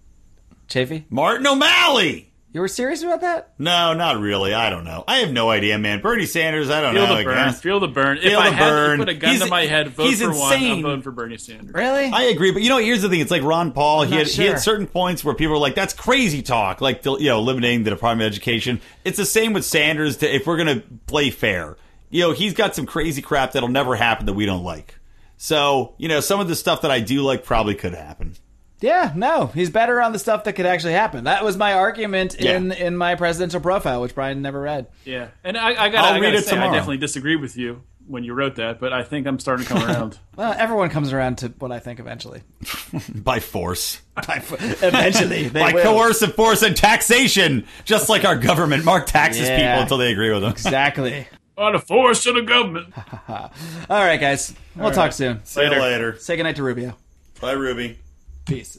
Chafee, Martin O'Malley. you were serious about that? No, not really. I don't know. I have no idea, man. Bernie Sanders. I don't Feel know. the I burn. guess. Feel the burn. if Feel I the had burn. to put a gun He's- to my head, vote he's for one, I'm insane. voting for Bernie Sanders. Really? I agree, but you know, here's the thing. It's like Ron Paul. He not had, he sure. had certain points where people were like, "That's crazy talk," like you know, eliminating the Department of Education. It's the same with Sanders. To, if we're gonna play fair, you know, he's got some crazy crap that'll never happen that we don't like. So you know, some of the stuff that I do like probably could happen. Yeah, no, he's better on the stuff that could actually happen. That was my argument Yeah. in in my presidential profile, which Brian never read. Yeah. And I, I gotta, I'll I read gotta it say, tomorrow. I definitely disagree with you when you wrote that, but I think I'm starting (laughs) to come around. Well, everyone comes around to what I think eventually. By force, by, fo- (laughs) Eventually, they by will. coercive force and taxation, just like our government. Mark taxes Yeah. people until they agree with them. Exactly. On the force of the government. (laughs) All right, guys. We'll talk soon. See you later. Say goodnight to Rubio. Bye, Ruby. Peace.